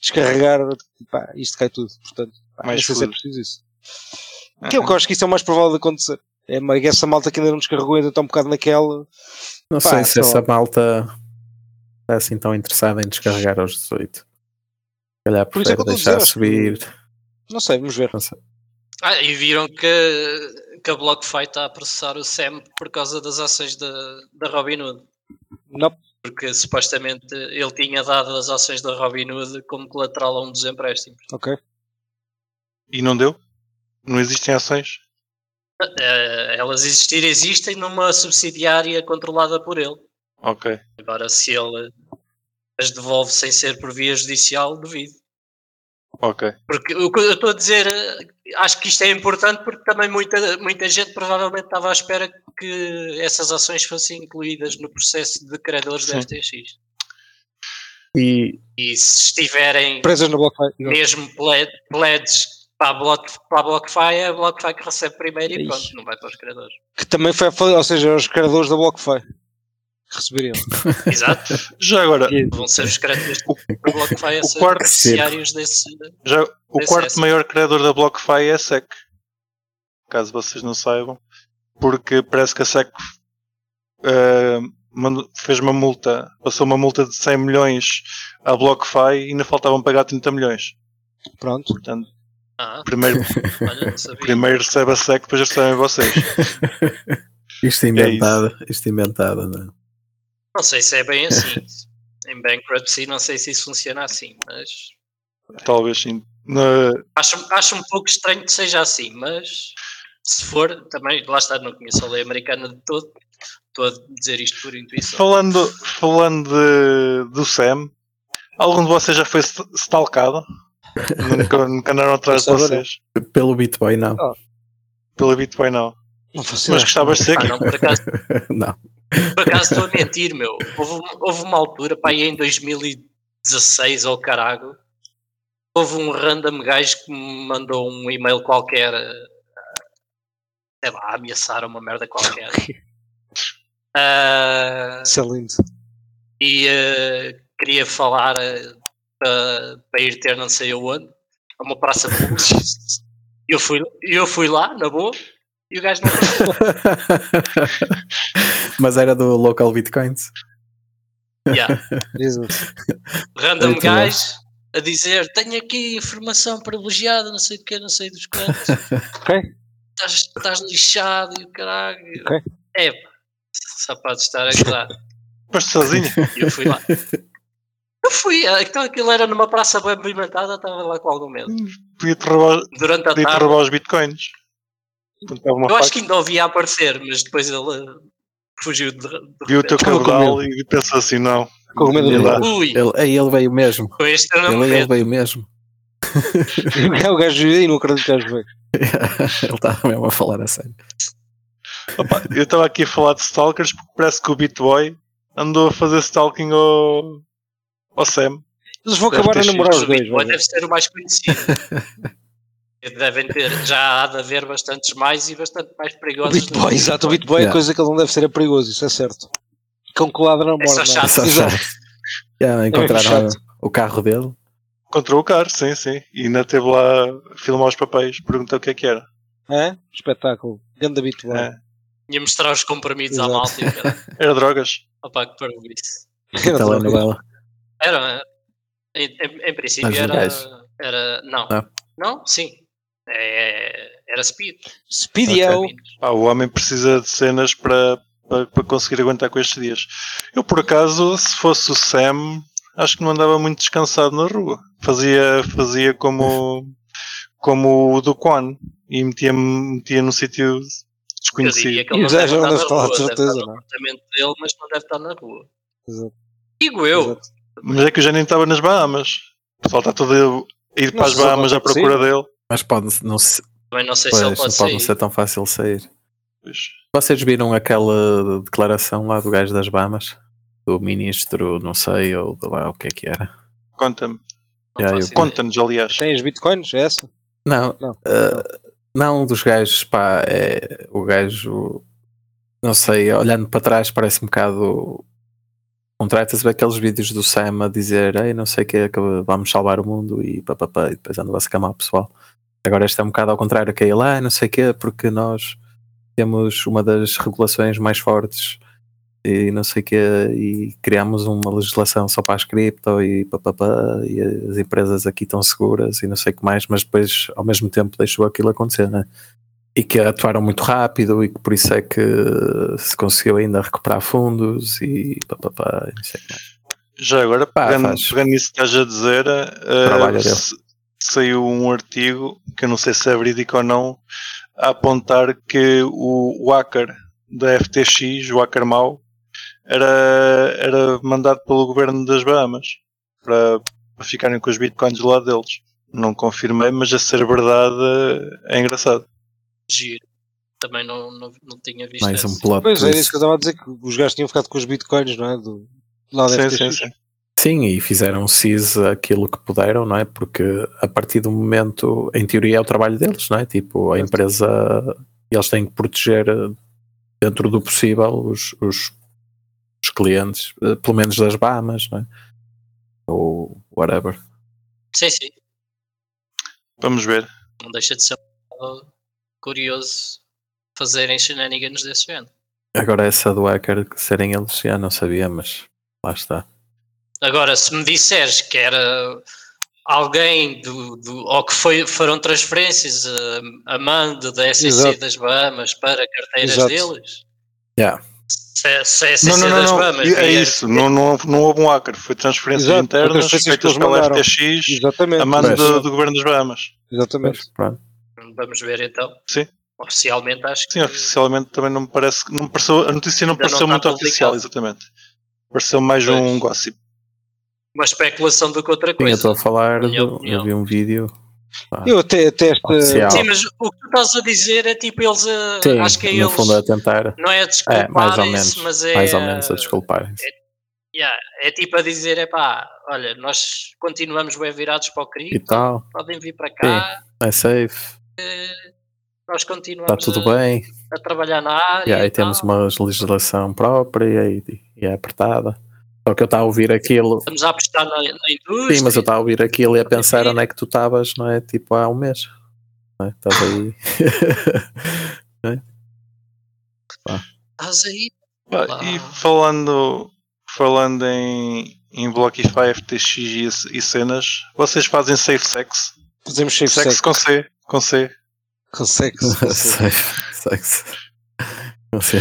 Speaker 2: descarregar. Pá, isto cai tudo, portanto. Pá,
Speaker 1: Mais Ah.
Speaker 2: não sei se é
Speaker 1: furos.
Speaker 2: preciso isso. Que eu acho que isso é o mais provável de acontecer. É uma, e essa malta que ainda não descarregou, ainda está um bocado naquela.
Speaker 3: Não
Speaker 2: Pá,
Speaker 3: sei se
Speaker 2: sei lá.
Speaker 3: essa malta está assim tão interessada em descarregar aos 18. Se calhar
Speaker 2: Por isso é
Speaker 3: prefere
Speaker 2: que eu estou a
Speaker 3: deixar
Speaker 2: dizer,
Speaker 3: subir.
Speaker 2: Não sei, vamos ver.
Speaker 3: Não sei.
Speaker 4: Ah, e viram que, que a BlockFi está a processar o Sam por causa das ações da, da Robinhood.
Speaker 2: Não,
Speaker 4: Porque supostamente ele tinha dado as ações da Robinhood como colateral a um dos empréstimos.
Speaker 2: ok. um.
Speaker 1: E não deu? Não existem ações?
Speaker 4: Eh, elas existirem, existem numa subsidiária controlada por ele.
Speaker 1: Ok.
Speaker 4: Agora, se ele as devolve sem ser por via judicial, duvido.
Speaker 1: Ok.
Speaker 4: Porque o que eu estou a dizer, eh, acho que isto é importante porque também muita, muita gente provavelmente estava à espera que essas ações fossem incluídas no processo de credores da
Speaker 1: Sim.
Speaker 4: FTX.
Speaker 3: E
Speaker 4: E se estiverem
Speaker 2: Presas na blockchain. Não.
Speaker 4: mesmo ple- pledges para a, block, para a BlockFi, é a BlockFi que recebe primeiro e
Speaker 1: É
Speaker 2: Ixi.
Speaker 4: pronto, não vai para os credores.
Speaker 2: que também foi a fali- ou seja, os criadores da BlockFi que receberiam.
Speaker 4: Exato,
Speaker 1: Já agora,
Speaker 4: vão ser os credores da BlockFi a
Speaker 1: o
Speaker 4: ser
Speaker 1: quarto-
Speaker 4: beneficiários desse...
Speaker 1: já, o
Speaker 4: Esse- é
Speaker 1: quarto
Speaker 4: esse.
Speaker 1: maior criador da BlockFi é a SEC. Caso vocês não saibam. Porque parece que a SEC eh, mandou- fez uma multa, passou uma multa de 100 milhões à BlockFi e ainda faltavam pagar 30 milhões.
Speaker 2: Pronto.
Speaker 1: Portanto,
Speaker 4: Ah,
Speaker 1: primeiro,
Speaker 4: olha, não sabia.
Speaker 1: primeiro recebe a SEC, depois recebem vocês.
Speaker 2: É
Speaker 3: isto inventado, isto inventado, não é?
Speaker 4: Não sei se é bem assim. em bankruptcy, não sei se isso funciona assim, mas...
Speaker 1: Talvez sim. Na-
Speaker 4: Acho, acho um pouco estranho que seja assim, mas se for, também, lá está, não conheço a lei americana de todo. Estou a dizer isto por intuição.
Speaker 1: falando falando de- do Sam, algum de vocês já foi st- stalkado? nunca, nunca andaram atrás de
Speaker 2: Gostava, não.
Speaker 1: vocês?
Speaker 3: Pelo Bitcoin, não.
Speaker 1: Pela Bitcoin não.
Speaker 2: Não faço
Speaker 1: Mas
Speaker 2: ideia.
Speaker 1: gostavas de ser
Speaker 4: Ah, não, por acaso
Speaker 3: não.
Speaker 4: por acaso estou a mentir, meu. Houve, um- houve uma altura, pá, aí em 2016 ou carago, houve um random gajo que me mandou um e-mail qualquer, eh, sei lá, a ameaçar uma merda qualquer. Ah,
Speaker 2: Isso é lindo.
Speaker 4: e eh, queria falar eh, pa- para ir ter não sei aonde, a uma praça pública. eu, fui, eu fui lá, na boa, e o gajo não apareceu.
Speaker 3: Mas era do Local Bitcoins.
Speaker 4: Yeah.
Speaker 2: Exato.
Speaker 4: Random
Speaker 3: Muito bom.
Speaker 4: gajo a dizer, tenho aqui informação privilegiada, não sei do que, não sei dos quantos.
Speaker 2: Ok.
Speaker 4: Estás, estás lixado e o caralho.
Speaker 2: Ok.
Speaker 4: É, pá, só pode estar a ajudar.
Speaker 1: Mas sozinho.
Speaker 4: E eu fui lá. Eu fui, ah, então aquilo era numa praça bem movimentada, estava lá com algum medo.
Speaker 1: Podia-te roubar,
Speaker 4: Durante a
Speaker 1: podia
Speaker 4: tarde,
Speaker 1: roubar os bitcoins. Apontava uma
Speaker 4: tá. Eu acho
Speaker 1: faca,
Speaker 4: que ainda o vi a aparecer, mas depois ele uh, fugiu de. de
Speaker 1: viu o teu
Speaker 2: Estava com
Speaker 1: cabedal e pensou assim: não,
Speaker 2: Com o medo
Speaker 1: Ele
Speaker 2: do
Speaker 1: lá.
Speaker 2: lá.
Speaker 4: Ui,
Speaker 3: Ele, aí ele veio mesmo.
Speaker 4: com este eu não
Speaker 3: Ele,
Speaker 4: me
Speaker 2: é-
Speaker 3: ele
Speaker 4: meto.
Speaker 3: veio mesmo.
Speaker 2: O gajo e não acredito que o gajo veio.
Speaker 3: ele estava mesmo a falar a sério.
Speaker 1: Opa, eu estava aqui a falar de stalkers porque parece que o Bitboy andou a fazer stalking ao, ao Sam.
Speaker 2: Eles vão
Speaker 1: Deve
Speaker 2: acabar a
Speaker 1: ter
Speaker 2: namorar os
Speaker 4: O
Speaker 2: dois. vai
Speaker 4: Bitcoin
Speaker 2: ver.
Speaker 4: deve ser o mais conhecido. Devem ter, já há de haver bastantes mais e bastante mais
Speaker 2: O
Speaker 4: perigosos. do
Speaker 2: Bitboy,
Speaker 4: que
Speaker 2: exato. O
Speaker 4: Bitcoin.
Speaker 2: Bitboy é
Speaker 3: Yeah.
Speaker 2: coisa que ele não deve ser é perigoso, isso é certo. Cão colado na morte.
Speaker 4: só chato.
Speaker 3: Só
Speaker 2: é? Ah, Exato.
Speaker 3: chato. Já encontraram
Speaker 2: chato.
Speaker 3: o carro dele.
Speaker 1: Encontrou o carro, sim, sim. E ainda teve lá a filmar os papéis, perguntou o que é que era.
Speaker 2: É? Espetáculo. Ganda Bitboy.
Speaker 1: É.
Speaker 4: Ia mostrar os comprimidos à
Speaker 2: Exato.
Speaker 4: malta e o cara.
Speaker 1: Era drogas.
Speaker 4: Opa, que parou isso.
Speaker 2: Era droga.
Speaker 3: Telenovela.
Speaker 4: Era, em, em- em princípio
Speaker 3: Mas um
Speaker 4: era,
Speaker 3: gajo.
Speaker 4: era. Não.
Speaker 3: Não.
Speaker 4: Não? Sim. É- era speed.
Speaker 2: Speedy é o.
Speaker 4: pelo menos.
Speaker 1: Ah, o homem precisa de cenas para, para, para conseguir aguentar com estes dias. Eu, por acaso, se fosse o Sam, acho que não andava muito descansado na rua. Fazia, fazia como, como o do Quan e metia-me metia num sítio
Speaker 4: Eu diria
Speaker 1: desconhecido.
Speaker 4: que ele não
Speaker 2: Exato,
Speaker 4: deve estar
Speaker 2: é não
Speaker 4: na
Speaker 2: deve estar lá,
Speaker 4: rua.
Speaker 2: de
Speaker 1: é
Speaker 4: Deve estar
Speaker 2: certeza, não.
Speaker 4: no
Speaker 2: é?
Speaker 4: apartamento dele, mas não deve estar na rua.
Speaker 2: Exato,
Speaker 4: Digo eu.
Speaker 2: exato.
Speaker 1: Mas é que eu já nem estava nas Bahamas. O pessoal está todo a ir para
Speaker 2: Não
Speaker 1: as
Speaker 2: sei se
Speaker 1: Bahamas
Speaker 2: ele
Speaker 1: à
Speaker 2: vai
Speaker 1: procura dele.
Speaker 3: Mas pode não, se-
Speaker 4: Também não sei
Speaker 3: pois,
Speaker 4: se
Speaker 3: não
Speaker 4: ele pode
Speaker 3: pode não
Speaker 4: sair.
Speaker 3: ser tão fácil sair.
Speaker 1: Pois.
Speaker 3: Vocês viram aquela declaração lá do gajo das Bahamas? do ministro, não sei, ou de lá o que é que era.
Speaker 1: Conta-me.
Speaker 4: Não
Speaker 3: Já,
Speaker 4: faço
Speaker 3: eu-
Speaker 4: ideia.
Speaker 1: Conta-nos, aliás.
Speaker 2: Tem as bitcoins? É essa?
Speaker 3: Não,
Speaker 2: Não.
Speaker 3: eh, não, um dos gajos, pá, é o gajo, não sei, olhando para trás parece um bocado. Contrata-se daqueles vídeos do Sam a dizer, ei, não sei o que é, que vamos salvar o mundo e papapá, e depois anda-se a camar o pessoal. Agora este é um bocado ao contrário, que é lá, não sei o que, porque nós temos uma das regulações mais fortes e não sei o que, e criamos uma legislação só para as cripto e papapá, e as empresas aqui estão seguras e não sei o que mais, mas depois ao mesmo tempo deixou aquilo acontecer, né? E que atuaram muito rápido e que por isso é que se conseguiu ainda recuperar fundos e papapá, e não sei o que mais.
Speaker 1: Já agora,
Speaker 3: Pá,
Speaker 1: pegando,
Speaker 3: faz.
Speaker 1: pegando nisso que estás a dizer, eh,
Speaker 3: Trabalho dele.
Speaker 1: se- saiu um artigo, que eu não sei se é verídico ou não, a apontar que o, o hacker da FTX, o hacker mau, era, era mandado pelo governo das Bahamas para, para ficarem com os bitcoins do lado deles. Não confirmei, mas a ser verdade eh, é engraçado.
Speaker 4: Giro. Também não, não, não tinha visto
Speaker 3: Mais um
Speaker 4: essa.
Speaker 3: plot
Speaker 2: Pois é,
Speaker 3: twist.
Speaker 2: isso que eu estava a dizer, que os gajos tinham ficado com os bitcoins, não é? Do, lá
Speaker 1: Sim,
Speaker 2: da FTX.
Speaker 1: sim, sim.
Speaker 3: Sim, e fizeram CIS aquilo que puderam, não é? Porque a partir do momento, em teoria, é o trabalho deles, não é? Tipo, a
Speaker 2: Certo.
Speaker 3: empresa, eles têm que proteger eh, dentro do possível os, os, os clientes, eh, pelo menos das Bahamas, não é? Ou whatever.
Speaker 4: Sim, sim.
Speaker 1: Vamos ver.
Speaker 4: Não deixa de ser uh, curioso fazerem shenanigans desse género.
Speaker 3: Agora, essa do hacker que serem eles, já não sabia, mas lá está.
Speaker 4: Agora, se me disseres que era alguém do, do- ou que foi, foram transferências a, a mando da SEC
Speaker 2: Exato.
Speaker 4: das Bahamas para carteiras
Speaker 2: Exato.
Speaker 4: deles,
Speaker 3: Yeah.
Speaker 4: se, é, se a SEC
Speaker 1: Não, não, não,
Speaker 4: das
Speaker 1: não.
Speaker 4: Bahamas
Speaker 1: É
Speaker 4: vier-
Speaker 1: isso, não, não, houve- não houve um hacker, foi transferências
Speaker 2: Exato, foi
Speaker 1: internas
Speaker 2: transferências que
Speaker 1: feitas
Speaker 2: eles
Speaker 1: pela
Speaker 2: mandaram.
Speaker 1: FTX
Speaker 2: Exatamente.
Speaker 1: a mando
Speaker 3: Mas-
Speaker 1: do, do governo das Bahamas.
Speaker 2: Exatamente.
Speaker 3: Mas, pronto.
Speaker 4: Vamos ver então.
Speaker 1: Sim.
Speaker 4: Oficialmente acho que
Speaker 1: Sim, oficialmente também não me parece. Não me pareceu, a notícia não
Speaker 4: Ainda não
Speaker 1: pareceu
Speaker 4: está
Speaker 1: muito
Speaker 4: publicado.
Speaker 1: oficial, exatamente. Pareceu mais
Speaker 4: Pois.
Speaker 1: um gossip.
Speaker 4: uma especulação do que outra
Speaker 3: Sim, eu
Speaker 4: coisa.
Speaker 3: estou a falar,
Speaker 4: Minha
Speaker 3: do, eu
Speaker 4: opinião.
Speaker 3: vi um vídeo.
Speaker 2: Eu até, até esta.
Speaker 3: Ah.
Speaker 2: tipo,
Speaker 3: Oficial.
Speaker 4: Sim, mas o que tu estás a dizer é tipo eles a,
Speaker 3: Sim,
Speaker 4: acho que é
Speaker 3: no
Speaker 4: eles
Speaker 3: fundo, a tentar,
Speaker 4: não é a
Speaker 3: é, mais ou
Speaker 4: desculparem-se,
Speaker 3: menos,
Speaker 4: mas é
Speaker 3: mais ou menos a desculparem
Speaker 4: yeah, é tipo a dizer, é pá, olha, nós continuamos bem virados para o
Speaker 3: e tá.
Speaker 4: cripto,
Speaker 3: tal.
Speaker 4: podem vir para cá,
Speaker 3: é safe,
Speaker 4: nós
Speaker 3: está
Speaker 4: continuamos
Speaker 3: Tá tudo
Speaker 4: a,
Speaker 3: bem,
Speaker 4: a trabalhar na área.
Speaker 3: e aí
Speaker 4: e tal.
Speaker 3: temos uma legislação própria e, e é apertada. Só que eu estava a ouvir aquilo,
Speaker 4: Estamos a apostar na, na indústria.
Speaker 3: sim, mas eu estava a ouvir aquilo e a pensar onde é que tu estavas, não é? Tipo há um mês, não é? Estás aí.
Speaker 4: Estás aí.
Speaker 1: Pá,
Speaker 4: Olá.
Speaker 1: E falando, falando em, em Blockify, FTX e, e cenas, vocês fazem safe sex?
Speaker 2: Fazemos shape
Speaker 1: Sexo
Speaker 2: sex.
Speaker 1: com C. Com C.
Speaker 2: Com sexo. com sexo.
Speaker 3: safe, sexo. Não sei.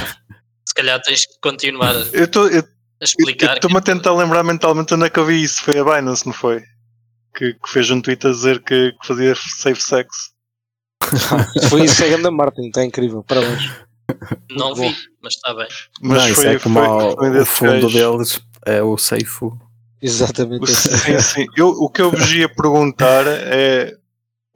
Speaker 4: Se calhar tens que continuar a
Speaker 1: Eu tô- eu- eu
Speaker 4: explicar.
Speaker 1: estou-me a tentar lembrar mentalmente onde é que eu vi isso. Foi a Binance, não foi? Que, que fez um tweet a dizer que, que fazia safe sex.
Speaker 2: Foi isso que é grande Martin, está incrível, parabéns.
Speaker 4: que não vi, mas está bem.
Speaker 1: Mas
Speaker 3: não, isso
Speaker 1: foi,
Speaker 3: é como
Speaker 1: foi-
Speaker 3: ao-
Speaker 1: foi um
Speaker 3: o
Speaker 1: desse
Speaker 3: fundo
Speaker 1: gajo.
Speaker 3: deles é o safe.
Speaker 2: Exatamente.
Speaker 1: O-
Speaker 2: assim.
Speaker 1: Sim, sim. Eu, o que eu vos ia perguntar é,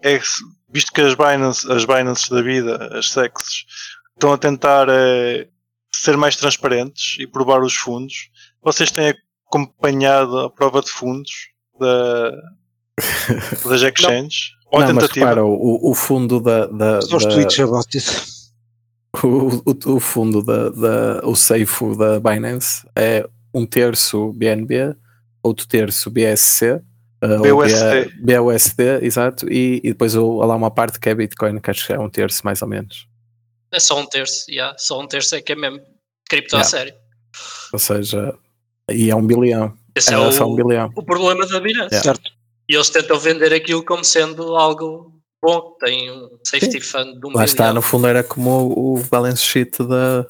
Speaker 1: é se- visto que as Binance, as Binance da vida, as sexes, estão a tentar eh, ser mais transparentes e provar os fundos, vocês têm acompanhado a prova de fundos da, das exchanges? Ou a
Speaker 3: não, mas
Speaker 1: tentativa?
Speaker 3: repara, o, o fundo da, da,
Speaker 2: São os
Speaker 3: da-
Speaker 2: tweets about it.
Speaker 3: o, o- o fundo da, da- o safe da Binance é um terço BNB, outro terço BSC, eh, ou
Speaker 1: BUSD.
Speaker 3: B- BUSD, exato, e, e depois o- há lá uma parte que é Bitcoin, que acho que é um terço mais ou menos.
Speaker 4: É só um terço, yeah, só um terço é que é mesmo cripto a
Speaker 3: Yeah.
Speaker 4: sério.
Speaker 3: Ou seja, e é um bilhão.
Speaker 4: Esse é,
Speaker 3: É só
Speaker 4: o,
Speaker 3: um bilhão.
Speaker 4: o problema da Binance.
Speaker 3: Yeah.
Speaker 2: Certo.
Speaker 4: E eles tentam vender aquilo como sendo algo bom, que tem um safety fund de um
Speaker 3: Lá está,
Speaker 4: bilhão.
Speaker 3: no fundo era como o, o balance sheet da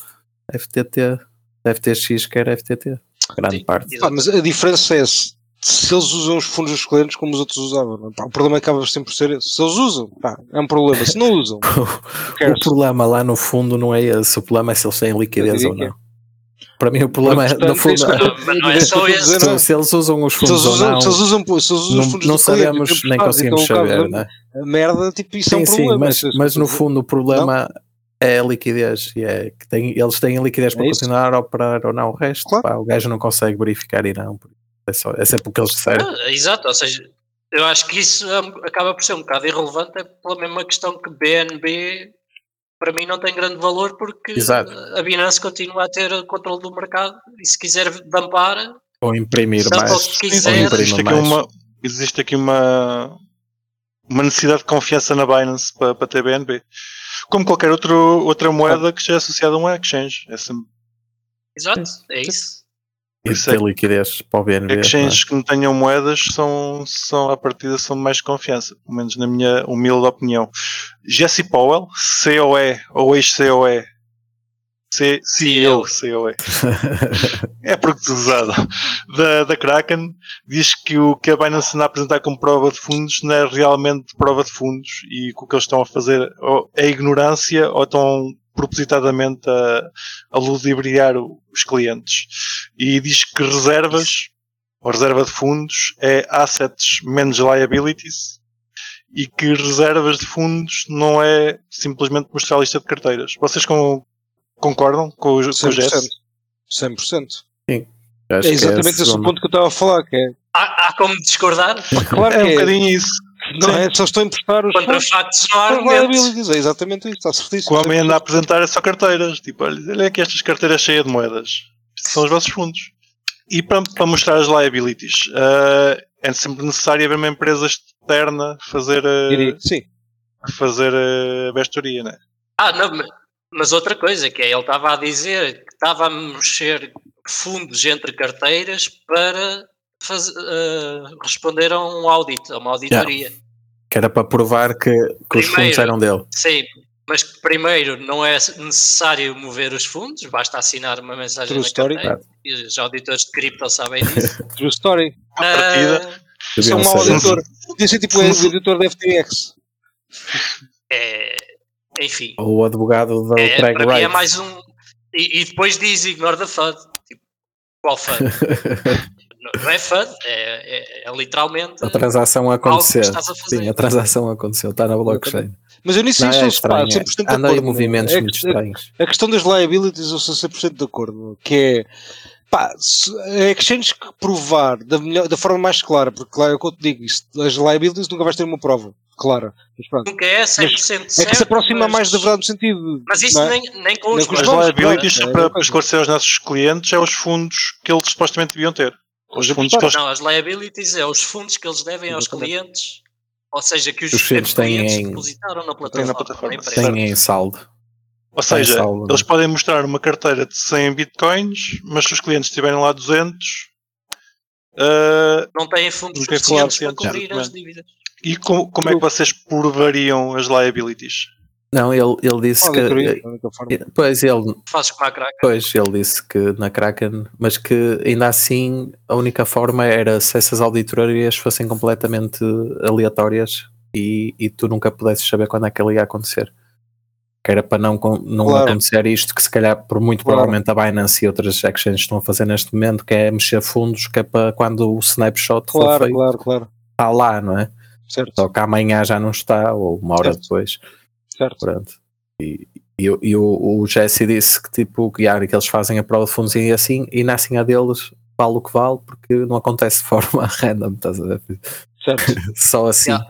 Speaker 3: FTT, da FTX, que era FTT. Grande
Speaker 4: Sim.
Speaker 3: parte.
Speaker 2: Pá, mas a diferença é se, se eles usam os fundos dos clientes como os outros usavam. não é? Pá, o problema acaba sempre por ser esse. Se eles usam, pá, é um problema. Se não usam,
Speaker 3: O
Speaker 2: cares?
Speaker 3: problema lá no fundo não é esse, o problema é se eles têm liquidez
Speaker 2: diria
Speaker 3: ou
Speaker 2: que é.
Speaker 3: não. Para mim o problema é,
Speaker 2: Portanto,
Speaker 3: no fundo,
Speaker 2: isso que eu
Speaker 4: Mas não é
Speaker 2: isso que eu estou
Speaker 4: só
Speaker 2: a
Speaker 4: esse.
Speaker 2: dizer, não é?
Speaker 3: se eles usam os
Speaker 2: Se
Speaker 3: fundos
Speaker 2: eles
Speaker 3: ou
Speaker 2: usam,
Speaker 3: não,
Speaker 2: se eles usam, pô, se eles usam os
Speaker 3: não,
Speaker 2: fundos
Speaker 3: não
Speaker 2: do cliente,
Speaker 3: sabemos
Speaker 2: tipo,
Speaker 3: nem
Speaker 2: sabes,
Speaker 3: conseguimos
Speaker 2: então, o caso
Speaker 3: saber,
Speaker 2: da-
Speaker 3: né?
Speaker 2: A merda, tipo, isso é
Speaker 3: Sim,
Speaker 2: um
Speaker 3: sim,
Speaker 2: problema.
Speaker 3: mas,
Speaker 2: isso é-
Speaker 3: mas no fundo o problema é a liquidez. E é que tem, eles têm liquidez para
Speaker 2: É isso.
Speaker 3: continuar a operar ou não o resto.
Speaker 2: Claro.
Speaker 3: Pá, o gajo não consegue verificar e não. por isso É, só, é sempre o que eles disseram.
Speaker 4: Ah, exato, ou seja, eu acho que isso hum, acaba por ser um bocado irrelevante, é pela mesma questão que BNB para mim não tem grande valor porque
Speaker 3: Exato.
Speaker 4: a Binance continua a ter o controle do mercado e se quiser dampar,
Speaker 3: Ou imprimir
Speaker 4: Sabe
Speaker 3: mais.
Speaker 4: o que quiser.
Speaker 3: Ou
Speaker 1: existe
Speaker 3: imprimir
Speaker 1: aqui,
Speaker 3: mais.
Speaker 1: uma, existe aqui uma, uma necessidade de confiança na Binance para, para ter BNB. Como qualquer outro, outra
Speaker 3: Ah.
Speaker 1: moeda que seja associada a um exchange. É sempre
Speaker 4: exato, é isso.
Speaker 3: E
Speaker 1: Isso
Speaker 3: ter
Speaker 1: é-
Speaker 3: liquidez para o
Speaker 2: é
Speaker 3: BNB.
Speaker 1: exchanges que não tenham moedas são, são à partida são de mais confiança, pelo menos na minha humilde opinião. Jesse Powell, COE ou ex-COE, C- CEO, COE, é portuguesado, da, da Kraken, diz que o que a Binance anda a apresentar como prova de fundos não é realmente prova de fundos e que o que eles estão a fazer ou é ignorância ou estão propositadamente a, a ludibriar o- os clientes. E diz que reservas, ou reserva de fundos, é assets menos liabilities e que reservas de fundos não é simplesmente mostrar a lista de carteiras. Vocês com- concordam com o, com o
Speaker 2: 100%.
Speaker 1: Jess?
Speaker 2: 100%.
Speaker 3: não é? Acho
Speaker 2: É
Speaker 3: que
Speaker 2: exatamente esse o
Speaker 3: segundo-
Speaker 2: ponto que eu estava a falar, que é,
Speaker 4: Há, há como discordar?
Speaker 2: claro
Speaker 1: É um
Speaker 2: que é,
Speaker 1: bocadinho isso.
Speaker 2: não é, só estou a emprestar os
Speaker 4: Contra
Speaker 2: fundos
Speaker 4: factos não há
Speaker 2: para as
Speaker 4: argumentos.
Speaker 2: liabilities, é exatamente isso, está
Speaker 1: O
Speaker 2: certíssimo.
Speaker 1: homem anda a apresentar é só carteiras. Tipo, olha, olha aqui estas carteiras cheias de moedas. São os vossos fundos. E para, para mostrar as liabilities, ah, é sempre necessário haver uma empresa externa fazer, ah,
Speaker 2: Diria que Sim,
Speaker 1: fazer ah, a vestoria, né?
Speaker 4: Ah, não, mas- mas outra coisa que é, ele estava a dizer que estava a mexer fundos entre carteiras para faz- eh, responder a um audit, a uma auditoria.
Speaker 3: Que era para provar que, que os fundos
Speaker 4: Primeiro.
Speaker 3: eram dele.
Speaker 4: Sim, mas que primeiro não é necessário mover os fundos, basta assinar uma mensagem
Speaker 2: True
Speaker 4: na
Speaker 2: story.
Speaker 4: carteira. E os auditores de cripto sabem disso.
Speaker 2: true story.
Speaker 1: À partida,
Speaker 4: Ah,
Speaker 2: Sou
Speaker 3: Deviam
Speaker 2: um mau
Speaker 3: saber.
Speaker 2: auditor. Podia ser tipo o editor da FTX.
Speaker 4: é, enfim,
Speaker 3: O advogado da
Speaker 4: é,
Speaker 3: Craig
Speaker 4: para mim é
Speaker 3: Wright.
Speaker 4: mais um. E, e depois diz ignore the FUD. Tipo, qual FUD? não, não é FUD, é, é- é literalmente
Speaker 3: A transação a
Speaker 4: algo que
Speaker 3: acontecer.
Speaker 4: estás a fazer.
Speaker 3: Sim, é- a transação aconteceu, está na blockchain.
Speaker 2: Mas eu nisso
Speaker 3: Não,
Speaker 2: aí estou
Speaker 3: é
Speaker 2: separado,
Speaker 3: estranho.
Speaker 2: 100% de
Speaker 3: Anda
Speaker 2: acordo.
Speaker 3: aí movimentos
Speaker 2: É que-
Speaker 3: muito estranhos.
Speaker 2: A questão das liabilities eu sou 100% de acordo, meu, que é pá, se, é exchanges que provar da, melhor, da forma mais clara, porque claro, é o que eu te digo, isto, as liabilities nunca vais ter uma prova clara, mas pronto.
Speaker 4: Nunca é 100% certo.
Speaker 2: É que se aproxima
Speaker 4: mas-
Speaker 2: mais da verdade no sentido.
Speaker 4: Mas isso
Speaker 2: não é?
Speaker 4: nem, nem com
Speaker 2: Nem
Speaker 4: os
Speaker 2: com os
Speaker 1: as
Speaker 2: bons,
Speaker 4: bancos,
Speaker 1: liabilities,
Speaker 2: claro, é
Speaker 1: para,
Speaker 2: uma
Speaker 1: para
Speaker 2: coisa.
Speaker 1: esclarecer aos nossos clientes, é os fundos que eles supostamente deviam ter. Os fundos que eles
Speaker 4: Não, as liabilities é os fundos que eles devem aos clientes, ou seja, que os,
Speaker 3: Os clientes têm
Speaker 4: clientes
Speaker 3: em-
Speaker 4: depositaram na
Speaker 1: têm
Speaker 4: plataforma.
Speaker 1: na
Speaker 4: na
Speaker 1: plataforma.
Speaker 4: empresa.
Speaker 3: Tem em saldo.
Speaker 1: Ou seja,
Speaker 3: saldo,
Speaker 1: eles
Speaker 2: é?
Speaker 3: não
Speaker 1: podem mostrar uma carteira de 100 bitcoins, mas se os clientes tiverem lá 200, ah,
Speaker 4: Não têm fundos
Speaker 1: Não têm
Speaker 4: suficientes para
Speaker 1: fundos
Speaker 4: cobrir
Speaker 1: suficientes,
Speaker 4: as dívidas.
Speaker 1: E co- como é que vocês provariam as liabilities?
Speaker 3: Não, ele, ele disse
Speaker 2: Pode incluir,
Speaker 3: que. eh,
Speaker 2: de única forma.
Speaker 3: Pois ele,
Speaker 4: Fazes como a crack.
Speaker 3: pois ele disse que na Kraken, mas que ainda assim a única forma era se essas auditorias fossem completamente aleatórias e, e tu nunca pudesses saber quando é que ela ia acontecer. Que era para não, con- não
Speaker 2: Claro.
Speaker 3: acontecer isto, que se calhar, por muito
Speaker 2: Claro.
Speaker 3: provavelmente, a Binance e outras exchanges estão a fazer neste momento, que é mexer fundos, que é para quando o snapshot for
Speaker 2: Claro,
Speaker 3: feito,
Speaker 2: claro, claro.
Speaker 3: está lá, não é? Só
Speaker 2: Certo,
Speaker 3: que amanhã já não está, ou uma hora
Speaker 2: Certo.
Speaker 3: depois.
Speaker 2: certo.
Speaker 3: Pronto. E, e, o- e o, o Jesse disse que tipo que, ah, que eles fazem a prova de fundos e assim e nascem a deles vale o que vale porque não acontece de forma random, estás a ver?
Speaker 2: certo.
Speaker 3: Só assim.
Speaker 4: Yeah.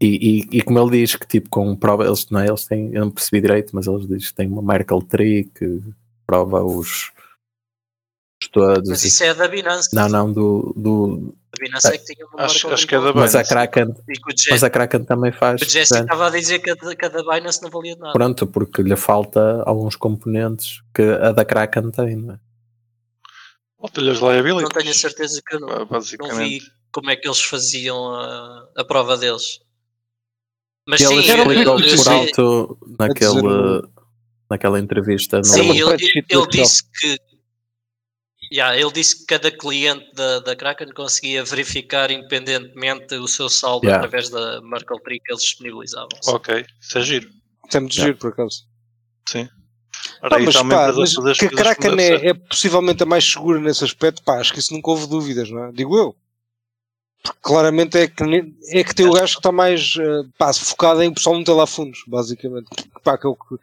Speaker 3: E, e, e como ele diz que tipo com prova, eles não é, eles têm, eu não percebi direito, mas eles dizem que tem uma Merkle Tree que prova os, os todos.
Speaker 4: Mas
Speaker 3: e-
Speaker 4: isso é da Binance.
Speaker 3: não, não, do, do
Speaker 4: A Binance é que tinha uma
Speaker 1: Acho,
Speaker 4: marca
Speaker 1: acho que é da
Speaker 4: original.
Speaker 3: mas a
Speaker 1: Binance.
Speaker 3: Kraken,
Speaker 4: E que o
Speaker 3: mas
Speaker 4: Jesse-
Speaker 3: a Kraken também faz.
Speaker 4: o Jesse tá-
Speaker 3: portanto-
Speaker 4: estava a dizer que a da- que a da Binance não valia de nada.
Speaker 3: Pronto, porque lhe falta alguns componentes que a da Kraken tem, não é?
Speaker 1: Faltam-lhe as
Speaker 4: Não tenho a
Speaker 1: liabilities.
Speaker 4: certeza que eu não,
Speaker 1: ba-
Speaker 4: não vi
Speaker 1: Basicamente.
Speaker 4: como é que eles faziam a, a prova deles. Mas
Speaker 3: Ele
Speaker 4: sim, eu-
Speaker 3: explicou
Speaker 4: eu-
Speaker 3: por
Speaker 4: eu-
Speaker 3: alto naquele, naquela entrevista. no-
Speaker 2: Era
Speaker 4: Sim,
Speaker 2: uma
Speaker 4: ele,
Speaker 2: spreadsheet
Speaker 4: ele
Speaker 2: do Excel.
Speaker 4: disse que. Yeah, ele disse que cada cliente da, da Kraken conseguia verificar independentemente o seu saldo
Speaker 3: Yeah.
Speaker 4: através da Merkle Tree que eles disponibilizavam.
Speaker 1: Ok, isso é giro.
Speaker 2: Isso é muito
Speaker 3: Já.
Speaker 2: giro, por acaso.
Speaker 1: Ora,
Speaker 2: Pá,
Speaker 1: aí
Speaker 2: mas
Speaker 1: está uma
Speaker 2: pá,
Speaker 1: empresa a
Speaker 2: mas
Speaker 1: fazer as
Speaker 2: que a
Speaker 1: coisas como
Speaker 2: Kraken
Speaker 1: deve ser.
Speaker 2: é, é possivelmente a mais segura nesse aspecto, pá, acho que isso nunca houve dúvidas, não é? Digo eu. Porque claramente é que, ne- é que tem o gajo que está mais eh, pá, focado em o pessoal não ter lá fundos, basicamente. Que, pá, que é o que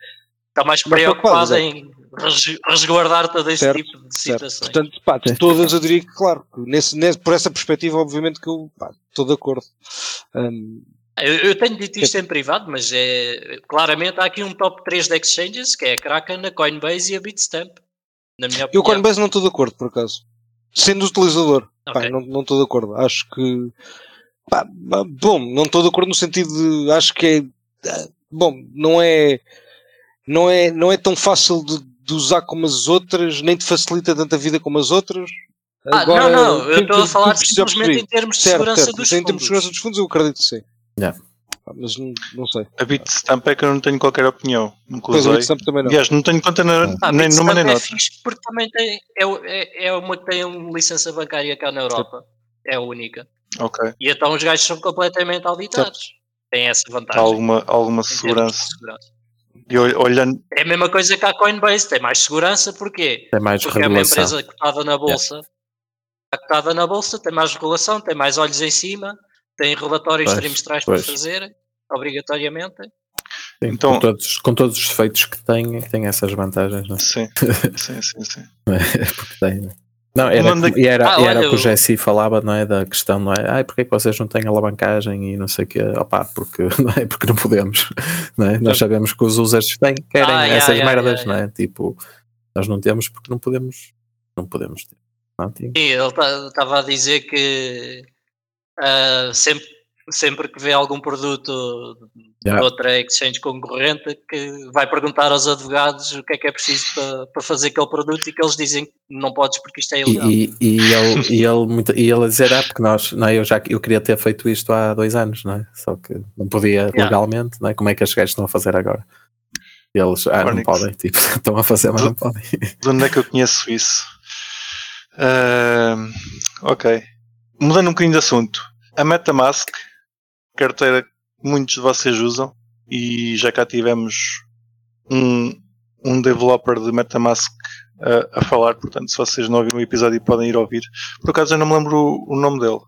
Speaker 4: Está mais
Speaker 2: Mas para qual,
Speaker 4: preocupada
Speaker 2: exato?
Speaker 4: em res- resguardar-te deste
Speaker 2: Certo,
Speaker 4: tipo de
Speaker 2: Certo?
Speaker 4: situações.
Speaker 2: Portanto, pá, de todas eu diria que, claro, que nesse, nesse- por essa perspectiva, obviamente que eu pá, estou de acordo. Hum,
Speaker 4: Eu, eu tenho dito isto em privado, mas é claramente há aqui um top 3 de exchanges que é a Kraken, a Coinbase e a Bitstamp. Na minha
Speaker 2: eu
Speaker 4: opinião.
Speaker 2: com a Coinbase não estou de acordo, por acaso. Sendo utilizador, pá,
Speaker 4: Ok.
Speaker 2: não é? não estou de acordo. Acho que. pá, pá, bom, não estou de acordo no sentido de. Acho que é. ah, Bom, não é. Não é, não é tão fácil de, de usar como as outras, nem te facilita tanto a vida como as outras.
Speaker 4: Ah,
Speaker 2: Agora, é
Speaker 4: não, não, eu
Speaker 2: quem-
Speaker 4: estou a
Speaker 2: quem-
Speaker 4: falar
Speaker 2: quem precisa perceber?
Speaker 4: simplesmente em termos de
Speaker 2: Certo,
Speaker 4: segurança
Speaker 2: certo.
Speaker 4: dos
Speaker 2: Em termos
Speaker 4: fundos.
Speaker 2: de segurança dos fundos, eu acredito que sim.
Speaker 3: Yeah.
Speaker 2: Pá, Mas não, não sei.
Speaker 1: A Bitstamp é que eu não tenho qualquer opinião. Nunca
Speaker 2: Pois o
Speaker 1: usei.
Speaker 2: Bitstamp também não.
Speaker 1: Aliás, não tenho conta na,
Speaker 4: Ah,
Speaker 1: nem
Speaker 4: Bitstamp
Speaker 1: numa nem
Speaker 4: é
Speaker 1: noutra.
Speaker 4: fixe porque também tem, é, o- é, é uma que tem uma licença bancária cá na Europa. É a única.
Speaker 1: Ok.
Speaker 4: E então os gajos são completamente auditados. Tem essa
Speaker 1: Há
Speaker 4: vantagem. em
Speaker 1: alguma, alguma
Speaker 4: termos de
Speaker 1: segurança.
Speaker 4: segurança.
Speaker 1: E ol- olhando.
Speaker 4: É a mesma coisa que a Coinbase, tem mais segurança, porquê?
Speaker 3: Tem mais
Speaker 4: Porque é uma
Speaker 3: regulação.
Speaker 4: empresa cotada na bolsa. Está cotada na bolsa, tem mais regulação, tem mais olhos em cima, tem relatórios
Speaker 3: Pois,
Speaker 4: trimestrais
Speaker 3: pois.
Speaker 4: para fazer, obrigatoriamente.
Speaker 3: Sim,
Speaker 1: Então-
Speaker 3: com, todos, com todos os defeitos que tem, tem essas vantagens, não é?
Speaker 1: Sim, sim, sim. sim.
Speaker 3: Porque tem, não é? Não, era,
Speaker 1: Manda-
Speaker 3: como- e era,
Speaker 4: Ah,
Speaker 3: e era
Speaker 4: olha,
Speaker 3: o que o
Speaker 4: o-
Speaker 3: Jesse falava, não é? Da questão, não é? Ai, porque é que vocês não têm alavancagem e não sei o quê? Opá, porque não, é? porque não podemos, não é? Nós sabemos que os users têm, querem
Speaker 4: Ah, yeah,
Speaker 3: essas
Speaker 4: yeah,
Speaker 3: merdas,
Speaker 4: yeah,
Speaker 3: não é? Tipo, nós não temos porque não podemos, não podemos ter. Não, tem-
Speaker 4: Sim, ele estava a dizer que ah, sempre, sempre que vê algum produto de
Speaker 3: Yeah.
Speaker 4: outra exchange concorrente que vai perguntar aos advogados o que é que é preciso para, para fazer aquele produto e que eles dizem que não podes porque isto é
Speaker 3: E,
Speaker 4: ilegal.
Speaker 3: e, e ele, e, ele muito- e ele a dizer, ah, porque nós, não é? Eu já eu queria ter feito isto há dois anos, não é? Só que não podia
Speaker 4: Yeah.
Speaker 3: legalmente, não é? Como é que estes gajos estão a fazer agora? E eles, ah, não
Speaker 1: Onyx.
Speaker 3: podem, tipo, estão a fazer, mas não podem.
Speaker 1: De onde é que eu conheço isso? Ahm, ok. Mudando um bocadinho de assunto. A MetaMask, carteira que muitos de vocês usam, e já cá tivemos um, um developer de MetaMask a, a falar, portanto, se vocês não ouviram o episódio podem ir ouvir. Por acaso eu não me lembro o, o nome dele.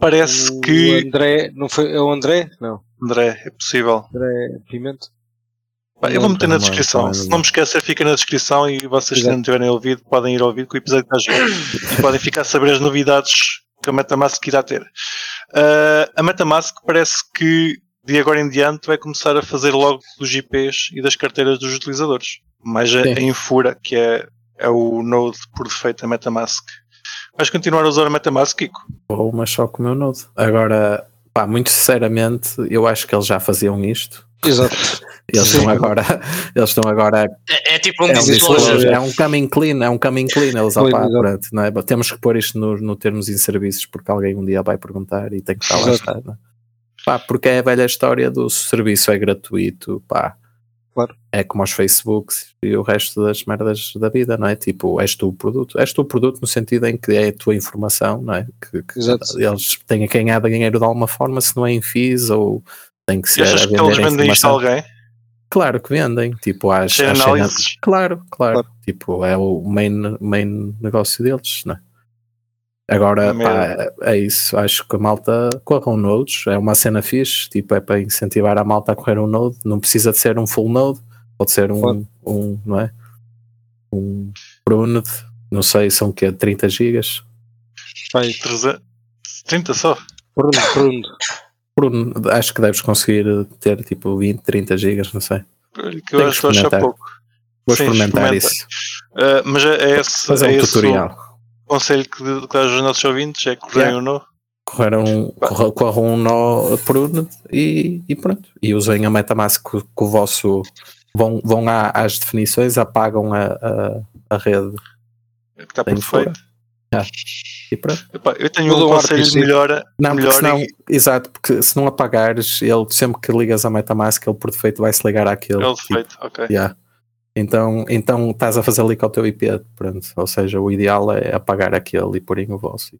Speaker 1: Parece
Speaker 2: O
Speaker 1: que.
Speaker 2: André, não foi, é o André? Não,
Speaker 1: André, é possível.
Speaker 2: André Pimenta.
Speaker 1: Pá, eu vou
Speaker 3: Não,
Speaker 1: meter na
Speaker 3: também,
Speaker 1: descrição.
Speaker 3: também
Speaker 1: Se
Speaker 3: não.
Speaker 1: não me esquecer, fica na descrição e vocês, se
Speaker 2: Exato.
Speaker 1: não tiverem ouvido, podem ir ouvir que o episódio está giro. e podem ficar a saber as novidades que a MetaMask irá ter. Ah, a MetaMask parece que de agora em diante vai começar a fazer logo dos IPs e das carteiras dos utilizadores. Mas a,
Speaker 3: Sim.
Speaker 1: a Infura, que é, é o node por defeito da MetaMask. Vais continuar a usar a MetaMask, Kiko?
Speaker 3: Vou, mas só com o meu nodo. Agora, pá, muito sinceramente, eu acho que eles já faziam isto.
Speaker 2: Exato.
Speaker 3: Eles
Speaker 2: Sim.
Speaker 3: estão agora, eles estão agora
Speaker 4: É, é tipo um
Speaker 3: é um,
Speaker 4: disclosure.
Speaker 3: disclosure, é um coming clean, é um coming clean. Eles
Speaker 2: Pois,
Speaker 3: opá,
Speaker 2: exato.
Speaker 3: pronto, não é? Temos que pôr isto no, no termos e serviços porque alguém um dia vai perguntar e tem que estar lá
Speaker 2: Exato.
Speaker 3: estar, não é? Pá, porque é a velha história do serviço é gratuito, pá.
Speaker 2: Claro.
Speaker 3: É como aos Facebooks e o resto das merdas da vida, não é? Tipo, és tu o produto. És tu o produto no sentido em que é a tua informação, não é? Que, que
Speaker 2: Exato.
Speaker 3: eles têm que ganhar dinheiro de alguma forma, se não é em FIIs ou tem que
Speaker 1: E
Speaker 3: ser
Speaker 1: achas que
Speaker 3: a vender
Speaker 1: eles
Speaker 3: a
Speaker 1: vendem isto a
Speaker 3: informação.
Speaker 1: alguém?
Speaker 3: Claro que vendem, tipo, às,
Speaker 1: Sem
Speaker 3: às
Speaker 1: análises?
Speaker 3: cenas- Claro, claro,
Speaker 2: Claro.
Speaker 3: Tipo, é o main, main negócio deles, né? Agora,
Speaker 1: Mesmo.
Speaker 3: pá, é isso. Acho que a malta corram nodes, é uma cena fixe, tipo, é para incentivar a malta a correr um node. Não precisa de ser um full node, pode ser um,
Speaker 2: Claro.
Speaker 3: um não é? Um pruned, não sei, são o quê? 30 gigas?
Speaker 2: Vai,
Speaker 1: 300 30 só?
Speaker 2: prundo, prundo.
Speaker 3: Pruned, Hum, acho que deves conseguir ter tipo 20, 30 gigas, não sei.
Speaker 1: Que eu
Speaker 3: que
Speaker 1: acho que eu acho há
Speaker 3: experimentar.
Speaker 1: pouco.
Speaker 3: Vou
Speaker 1: Sim,
Speaker 3: experimentar
Speaker 1: experimenta.
Speaker 3: isso.
Speaker 1: Uh, mas é, é esse,
Speaker 3: Fazer
Speaker 1: é
Speaker 3: um
Speaker 1: esse
Speaker 3: tutorial.
Speaker 1: o conselho que, que dás aos nossos ouvintes, é correrem
Speaker 3: Yeah.
Speaker 1: ou não.
Speaker 3: correram, corra- corram um nó pruno e, e pronto. E usem a MetaMask com com o vosso. Vão, vão à- às definições, apagam a, a, a rede
Speaker 1: é Está
Speaker 3: Tem
Speaker 1: perfeito.
Speaker 3: e pronto.
Speaker 1: Epá, eu tenho
Speaker 2: Mudou
Speaker 1: um
Speaker 2: o
Speaker 1: conselho de
Speaker 2: RPC.
Speaker 1: melhora.
Speaker 3: Não, porque
Speaker 1: Melhor
Speaker 3: senão,
Speaker 1: e-
Speaker 3: exato, porque se não apagares, ele sempre que ligas a MetaMask, ele por defeito vai se ligar àquele.
Speaker 1: É o
Speaker 3: tipo,
Speaker 1: defeito, ok.
Speaker 3: yeah. Então, então estás a fazer ali com o teu IP, pronto. Ou seja, o ideal é apagar aquele e pôr em o vosso.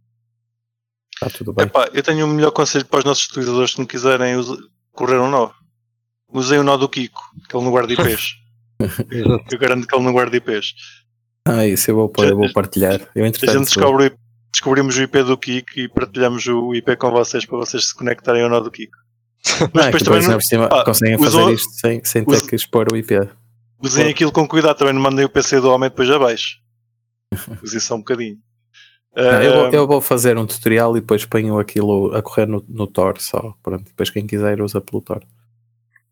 Speaker 3: Está tudo bem.
Speaker 1: Epá, eu tenho um melhor conselho para os nossos utilizadores que me quiserem usa- correr um nó. Usei o nó do Kiko, que ele não guarda IPs.
Speaker 2: Exato.
Speaker 1: eu garanto que ele não guarda IPs.
Speaker 3: Ah, isso eu vou, pôr, eu vou partilhar. Eu,
Speaker 1: A gente
Speaker 3: entretanto, vou-
Speaker 1: descobre, o IP descobrimos o IP do Kiko e partilhamos o IP com vocês para vocês se conectarem ao nó do Kiko.
Speaker 3: Não,
Speaker 1: Mas
Speaker 3: é que
Speaker 1: depois também
Speaker 3: depois,
Speaker 1: não,
Speaker 3: ainda por cima,
Speaker 1: pá,
Speaker 3: conseguem
Speaker 1: os
Speaker 3: fazer
Speaker 1: ou-
Speaker 3: isto sem, sem
Speaker 1: os-
Speaker 3: ter que expor o IP.
Speaker 1: Usem aquilo com cuidado, também não mandem o PC do homem depois abaixo. Usem só um bocadinho.
Speaker 3: Não,
Speaker 1: Ah,
Speaker 3: eu, vou,
Speaker 1: ah,
Speaker 3: eu vou fazer um tutorial e depois ponho aquilo a correr no, no Tor só. Pronto, depois quem quiser usa pelo Tor.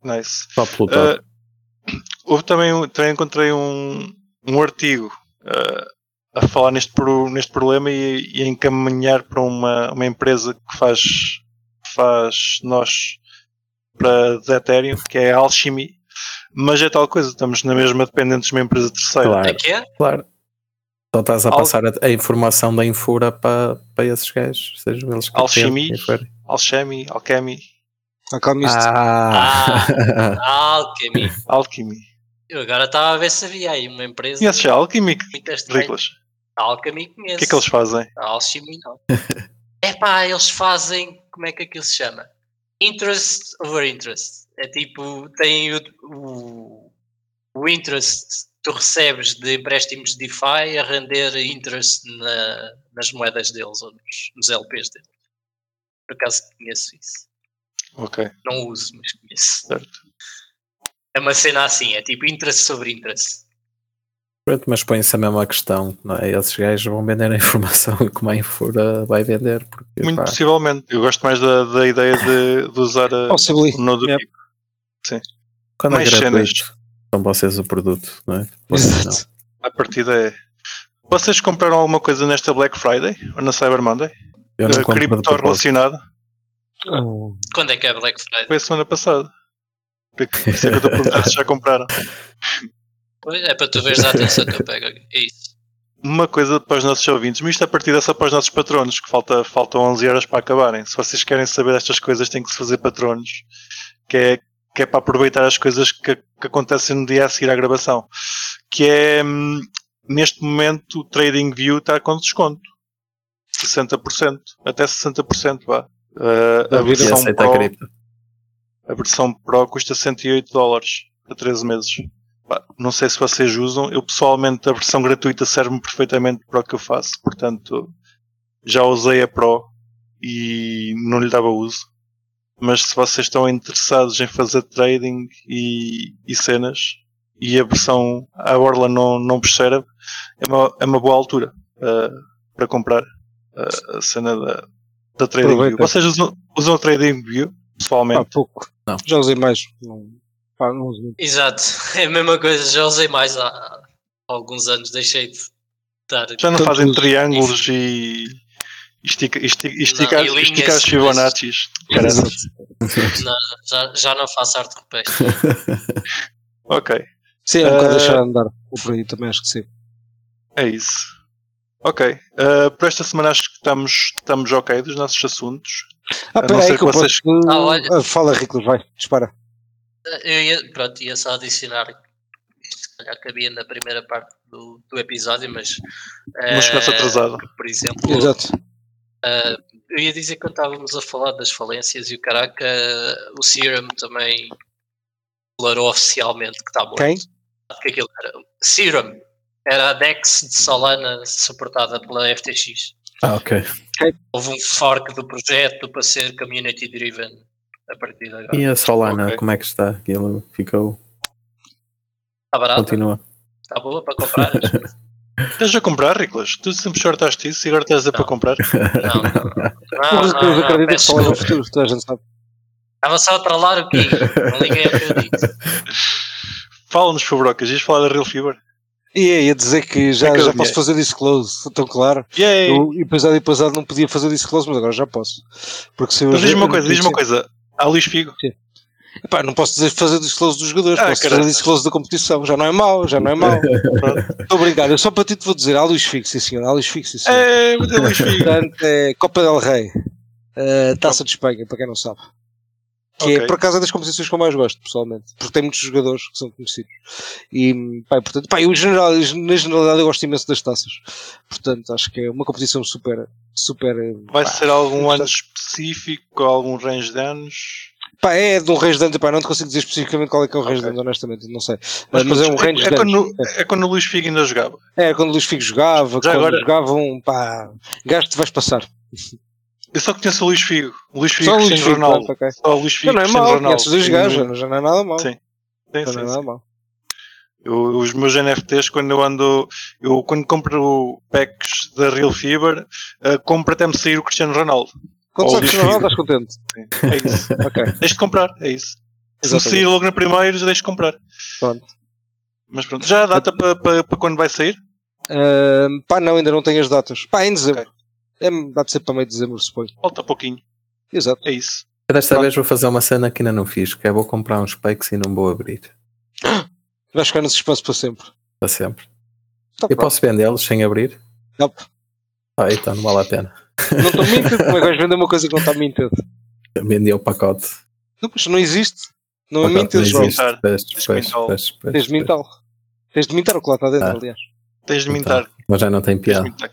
Speaker 1: Ah, nice.
Speaker 3: Só pelo Tor.
Speaker 1: Ah, houve também, um- também encontrei um, um artigo ah, a falar neste, pro- neste problema e, e a encaminhar para uma, uma empresa que faz, faz nós para de Ethereum, que é a Alchemy. Mas é tal coisa, estamos na mesma dependente de uma empresa terceira.
Speaker 3: claro,
Speaker 4: É que é?
Speaker 3: claro. Só estás a
Speaker 1: Al-
Speaker 3: passar a, a informação da Infura para, para esses gajos, sejam eles que
Speaker 1: Alchemy?
Speaker 3: tenham, quem forem.
Speaker 1: Alchemy, Alchemy,
Speaker 2: Alchemist.
Speaker 3: Ah!
Speaker 4: Ah, Alchemy.
Speaker 1: Alchemy.
Speaker 4: Eu agora estava a ver se havia aí uma empresa
Speaker 1: Conheces já Alchemy? Que
Speaker 4: muito estranha.
Speaker 1: Ridículas.
Speaker 4: Alchemy conheço.
Speaker 1: O que é que eles fazem?
Speaker 4: A Alchemy não. Epá, eles fazem. Como é que aquilo se chama? Interest over interest. É tipo, tem o, o, o interest que tu recebes de empréstimos de DeFi a render interest na- nas moedas deles ou nos, nos LPs deles. Por acaso conheço isso.
Speaker 1: Ok.
Speaker 4: Não uso, mas conheço.
Speaker 1: Certo.
Speaker 4: É uma cena assim, é tipo interest sobre interest.
Speaker 3: Pronto, mas põe-se a mesma questão, não é? Esses gajos vão vender a informação e como a Infura vai vender. Porque,
Speaker 1: Muito
Speaker 3: pá,
Speaker 1: possivelmente. Eu gosto mais da, da ideia de, de usar a,
Speaker 2: Possibly.
Speaker 1: o Node
Speaker 2: Yeah.
Speaker 1: Pico.
Speaker 3: quando é
Speaker 1: mais
Speaker 3: gratuito, são vocês o produto, não é? Vocês não.
Speaker 2: Exato.
Speaker 1: A partida é. Vocês compraram alguma coisa nesta Black Friday ou na Cyber Monday?
Speaker 3: Eu não
Speaker 1: Eh,
Speaker 3: compro de
Speaker 1: cripto
Speaker 3: propósito.
Speaker 1: relacionado?
Speaker 4: Quando é que é Black Friday?
Speaker 1: Foi a semana passada. Por isso é que eu estou a perguntar se já compraram.
Speaker 4: Pois, é para tu veres a atenção que eu pego. É isso.
Speaker 1: Uma coisa para os nossos ouvintes, mas isto é a partir dessa para os nossos patronos, que falta, faltam 11 horas para acabarem. Se vocês querem saber estas coisas, têm que se fazer patronos, que é, que é para aproveitar as coisas que, que acontecem no dia a seguir à gravação. Que é, hum, neste momento, o TradingView está com desconto. 60%, até 60%, vá. Uh, a,
Speaker 2: Duvido.
Speaker 3: E
Speaker 1: versão
Speaker 3: aceita a
Speaker 1: Pro,
Speaker 3: cripto.
Speaker 1: a versão Pro custa 108 dólares a 13 meses. Pá, Não sei se vocês usam. Eu pessoalmente a versão gratuita serve-me perfeitamente para o que eu faço. Portanto, já usei a Pro e não lhe dava uso. Mas se vocês estão interessados em fazer trading e, e cenas e a versão a Orla não, não vos serve, é uma, é uma boa altura ah, para comprar ah, a cena da, da Trading View.
Speaker 2: Aproveita.
Speaker 1: Vocês usam, usam o Trading View pessoalmente?
Speaker 2: Há pouco.
Speaker 3: Não.
Speaker 2: Já usei mais. Não, pá, não uso muito.
Speaker 4: Exato. É a mesma coisa, já usei mais há, há alguns anos, deixei de dar.
Speaker 1: Já não
Speaker 2: Todos
Speaker 1: fazem
Speaker 2: os-
Speaker 1: triângulos e estica, estica, esticar,
Speaker 4: e linhas,
Speaker 1: esticar os
Speaker 4: mas-
Speaker 1: Fibonaccis. Caramba.
Speaker 2: Exato.
Speaker 4: Já, já não faço arte rupestre.
Speaker 1: Ok,
Speaker 2: Sim, é um bocado
Speaker 1: Eh,
Speaker 2: deixar andar. Ou por aí também acho que sim.
Speaker 1: é isso. Ok, ah, por esta semana acho que estamos, estamos ok dos nossos assuntos.
Speaker 2: Ah,
Speaker 1: não
Speaker 2: peraí
Speaker 1: ser
Speaker 2: que eu
Speaker 1: que vocês-
Speaker 2: posso...
Speaker 4: Ah, olha.
Speaker 2: Ah, fala, Rico, vai. Dispara.
Speaker 4: Eu ia, pronto, ia só adicionar. Isto se calhar cabia na primeira parte do, do episódio, mas.
Speaker 1: Não chegasse
Speaker 4: eh,
Speaker 1: atrasado.
Speaker 4: Por exemplo,
Speaker 2: Exato.
Speaker 4: Ah, eu ia dizer que quando estávamos a falar das falências e o caraca, o Serum também declarou oficialmente que está morto.
Speaker 2: Quem?
Speaker 4: Sabe o Que aquilo era? Serum era a DEX de Solana suportada pela FTX.
Speaker 3: Ah, ok.
Speaker 4: Houve um fork do projeto para ser community driven a partir de agora.
Speaker 3: E a Solana,
Speaker 1: Ok.
Speaker 3: como é que está? Aquilo ficou.
Speaker 4: Está
Speaker 2: Ah, tá.
Speaker 4: barato?
Speaker 3: Continua.
Speaker 4: Está boa para comprar?
Speaker 1: Estás a comprar, Ricolas? Tu sempre shortaste isso e agora estás a para
Speaker 4: Não.
Speaker 1: comprar.
Speaker 4: não, não, não. Não,
Speaker 2: Mas
Speaker 4: não,
Speaker 2: eu
Speaker 4: não,
Speaker 2: acredito que
Speaker 4: Ah, peço
Speaker 2: fala no
Speaker 4: desculpa.
Speaker 2: futuro, toda a gente sabe.
Speaker 4: Estava só a trollar o Gui. Não liguei ao que eu disse.
Speaker 1: Fala-nos, Fubrocas, ias falar da Real Fiber?
Speaker 2: E aí, ia dizer que já,
Speaker 1: É que eu
Speaker 2: já
Speaker 1: vi.
Speaker 2: posso fazer disclose, tão claro.
Speaker 1: Yay!
Speaker 2: Eu, e depois, e depois não podia fazer disclose, mas agora já posso. Porque se eu
Speaker 1: Mas diz-me uma coisa, diz-me uma coisa. Há Luís Figo.
Speaker 2: Epá, não posso dizer fazer disclose dos jogadores,
Speaker 1: Ah,
Speaker 2: posso
Speaker 1: caralho.
Speaker 2: fazer disclose da competição. Já não é mau, já não é mau. Pronto. Estou a brincar, eu só para ti te vou dizer, há Luís Fixo, sim senhor, há Luís Fixo, sim senhor.
Speaker 1: É, mas é Luís Figo.
Speaker 2: Portanto, é Copa del Rei, eh, Taça de Espanha, para quem não sabe. Que é,
Speaker 1: Ok.
Speaker 2: por acaso, é das competições que eu mais gosto, pessoalmente. Porque tem muitos jogadores que são conhecidos. E, pá, e portanto, pá, eu, em geral, na generalidade eu gosto imenso das taças. Portanto, acho que é uma competição super, super... eh,
Speaker 1: Vai
Speaker 2: pá,
Speaker 1: ser algum ano
Speaker 2: portanto-
Speaker 1: específico, algum range de anos?
Speaker 2: Pá, é de um range de anos, pá, não te consigo dizer especificamente qual é que é o range de anos, honestamente, não sei. Mas, mas é um range de
Speaker 1: é
Speaker 2: anos.
Speaker 1: quando, é quando o Luís Figo ainda jogava.
Speaker 2: É, quando o Luís Figo jogava, quando
Speaker 1: agora-
Speaker 2: jogavam, pá, gasto vais passar.
Speaker 1: Eu só conheço o Luís Figo. O Luís Figo
Speaker 2: Só o Luís
Speaker 1: Cristiano
Speaker 2: Figo,
Speaker 1: Ronaldo.
Speaker 2: pronto, ok.
Speaker 1: Só o Luís
Speaker 2: Já
Speaker 1: Figo
Speaker 2: não é
Speaker 1: Cristiano
Speaker 2: mau,
Speaker 1: Ronaldo.
Speaker 2: conheces os dois gajos, já não é nada mau.
Speaker 1: Sim,
Speaker 2: Já
Speaker 1: sim,
Speaker 2: não é
Speaker 1: sim.
Speaker 2: nada mau.
Speaker 1: Eu- os meus NFTs, quando eu ando, eu quando compro packs da Real Fever, eh, compro até me sair o Cristiano Ronaldo.
Speaker 2: Quando
Speaker 1: Ou
Speaker 2: sabes que não
Speaker 1: lixo.
Speaker 2: estás contente.
Speaker 1: É isso.
Speaker 2: Ok.
Speaker 1: deixo de comprar, é isso. Se me
Speaker 2: Exatamente.
Speaker 1: sair logo na primeira, já deixo de comprar.
Speaker 2: Pronto.
Speaker 1: Mas pronto, já há data para para- para quando vai sair?
Speaker 2: Ahm, pá, não, ainda não tenho as datas. Pá, em dezembro. É, dá de ser para meio de dezembro, suponho.
Speaker 1: Falta pouquinho,
Speaker 2: Exato.
Speaker 1: é isso.
Speaker 3: Eu desta vez vou fazer uma cena que ainda não fiz, que é vou comprar uns packs e não vou abrir.
Speaker 2: Vais ficar nesse espaço para sempre.
Speaker 3: Para sempre.
Speaker 2: Está
Speaker 3: Eu
Speaker 2: pronto.
Speaker 3: posso vendê-los sem abrir?
Speaker 2: Não.
Speaker 3: Ah, então não vale a pena.
Speaker 2: Não estou mintido. Como é que vais vender uma coisa que não está mintida?
Speaker 3: Vendi o pacote.
Speaker 2: Não, pois não existe. Não é
Speaker 3: Pacote
Speaker 2: mintida,
Speaker 3: não
Speaker 2: João.
Speaker 3: existe.
Speaker 1: João.
Speaker 3: Pois,
Speaker 1: Tens
Speaker 3: pois,
Speaker 1: que mental.
Speaker 3: pois, pois,
Speaker 2: Tens de
Speaker 3: pois.
Speaker 2: mintar. Tens de mintar o que lá está dentro,
Speaker 3: Ah.
Speaker 2: aliás.
Speaker 1: Tens de
Speaker 3: Então.
Speaker 1: mintar.
Speaker 3: Mas já não tem
Speaker 1: Tens de
Speaker 3: piada.
Speaker 1: mintar.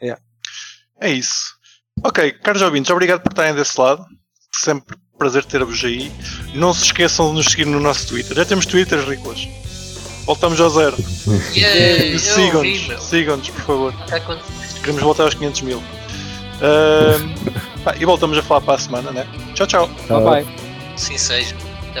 Speaker 2: Yeah.
Speaker 1: É isso. Ok, caros ouvintes, obrigado por estarem desse lado. Sempre um prazer ter-vos aí. Não se esqueçam de nos seguir no nosso Twitter. Já temos Twitter, Ricolas. Voltamos ao zero.
Speaker 4: Yay, eu ouvi, meu.
Speaker 1: Sigam-nos, sigam-nos, por favor.
Speaker 4: Tá quanto-
Speaker 1: Queremos voltar aos 500 mil. Ahm, pá, e voltamos a falar para a semana, né? Tchau, tchau.
Speaker 3: Ah,
Speaker 2: Bye bye.
Speaker 4: Sim, seja. Até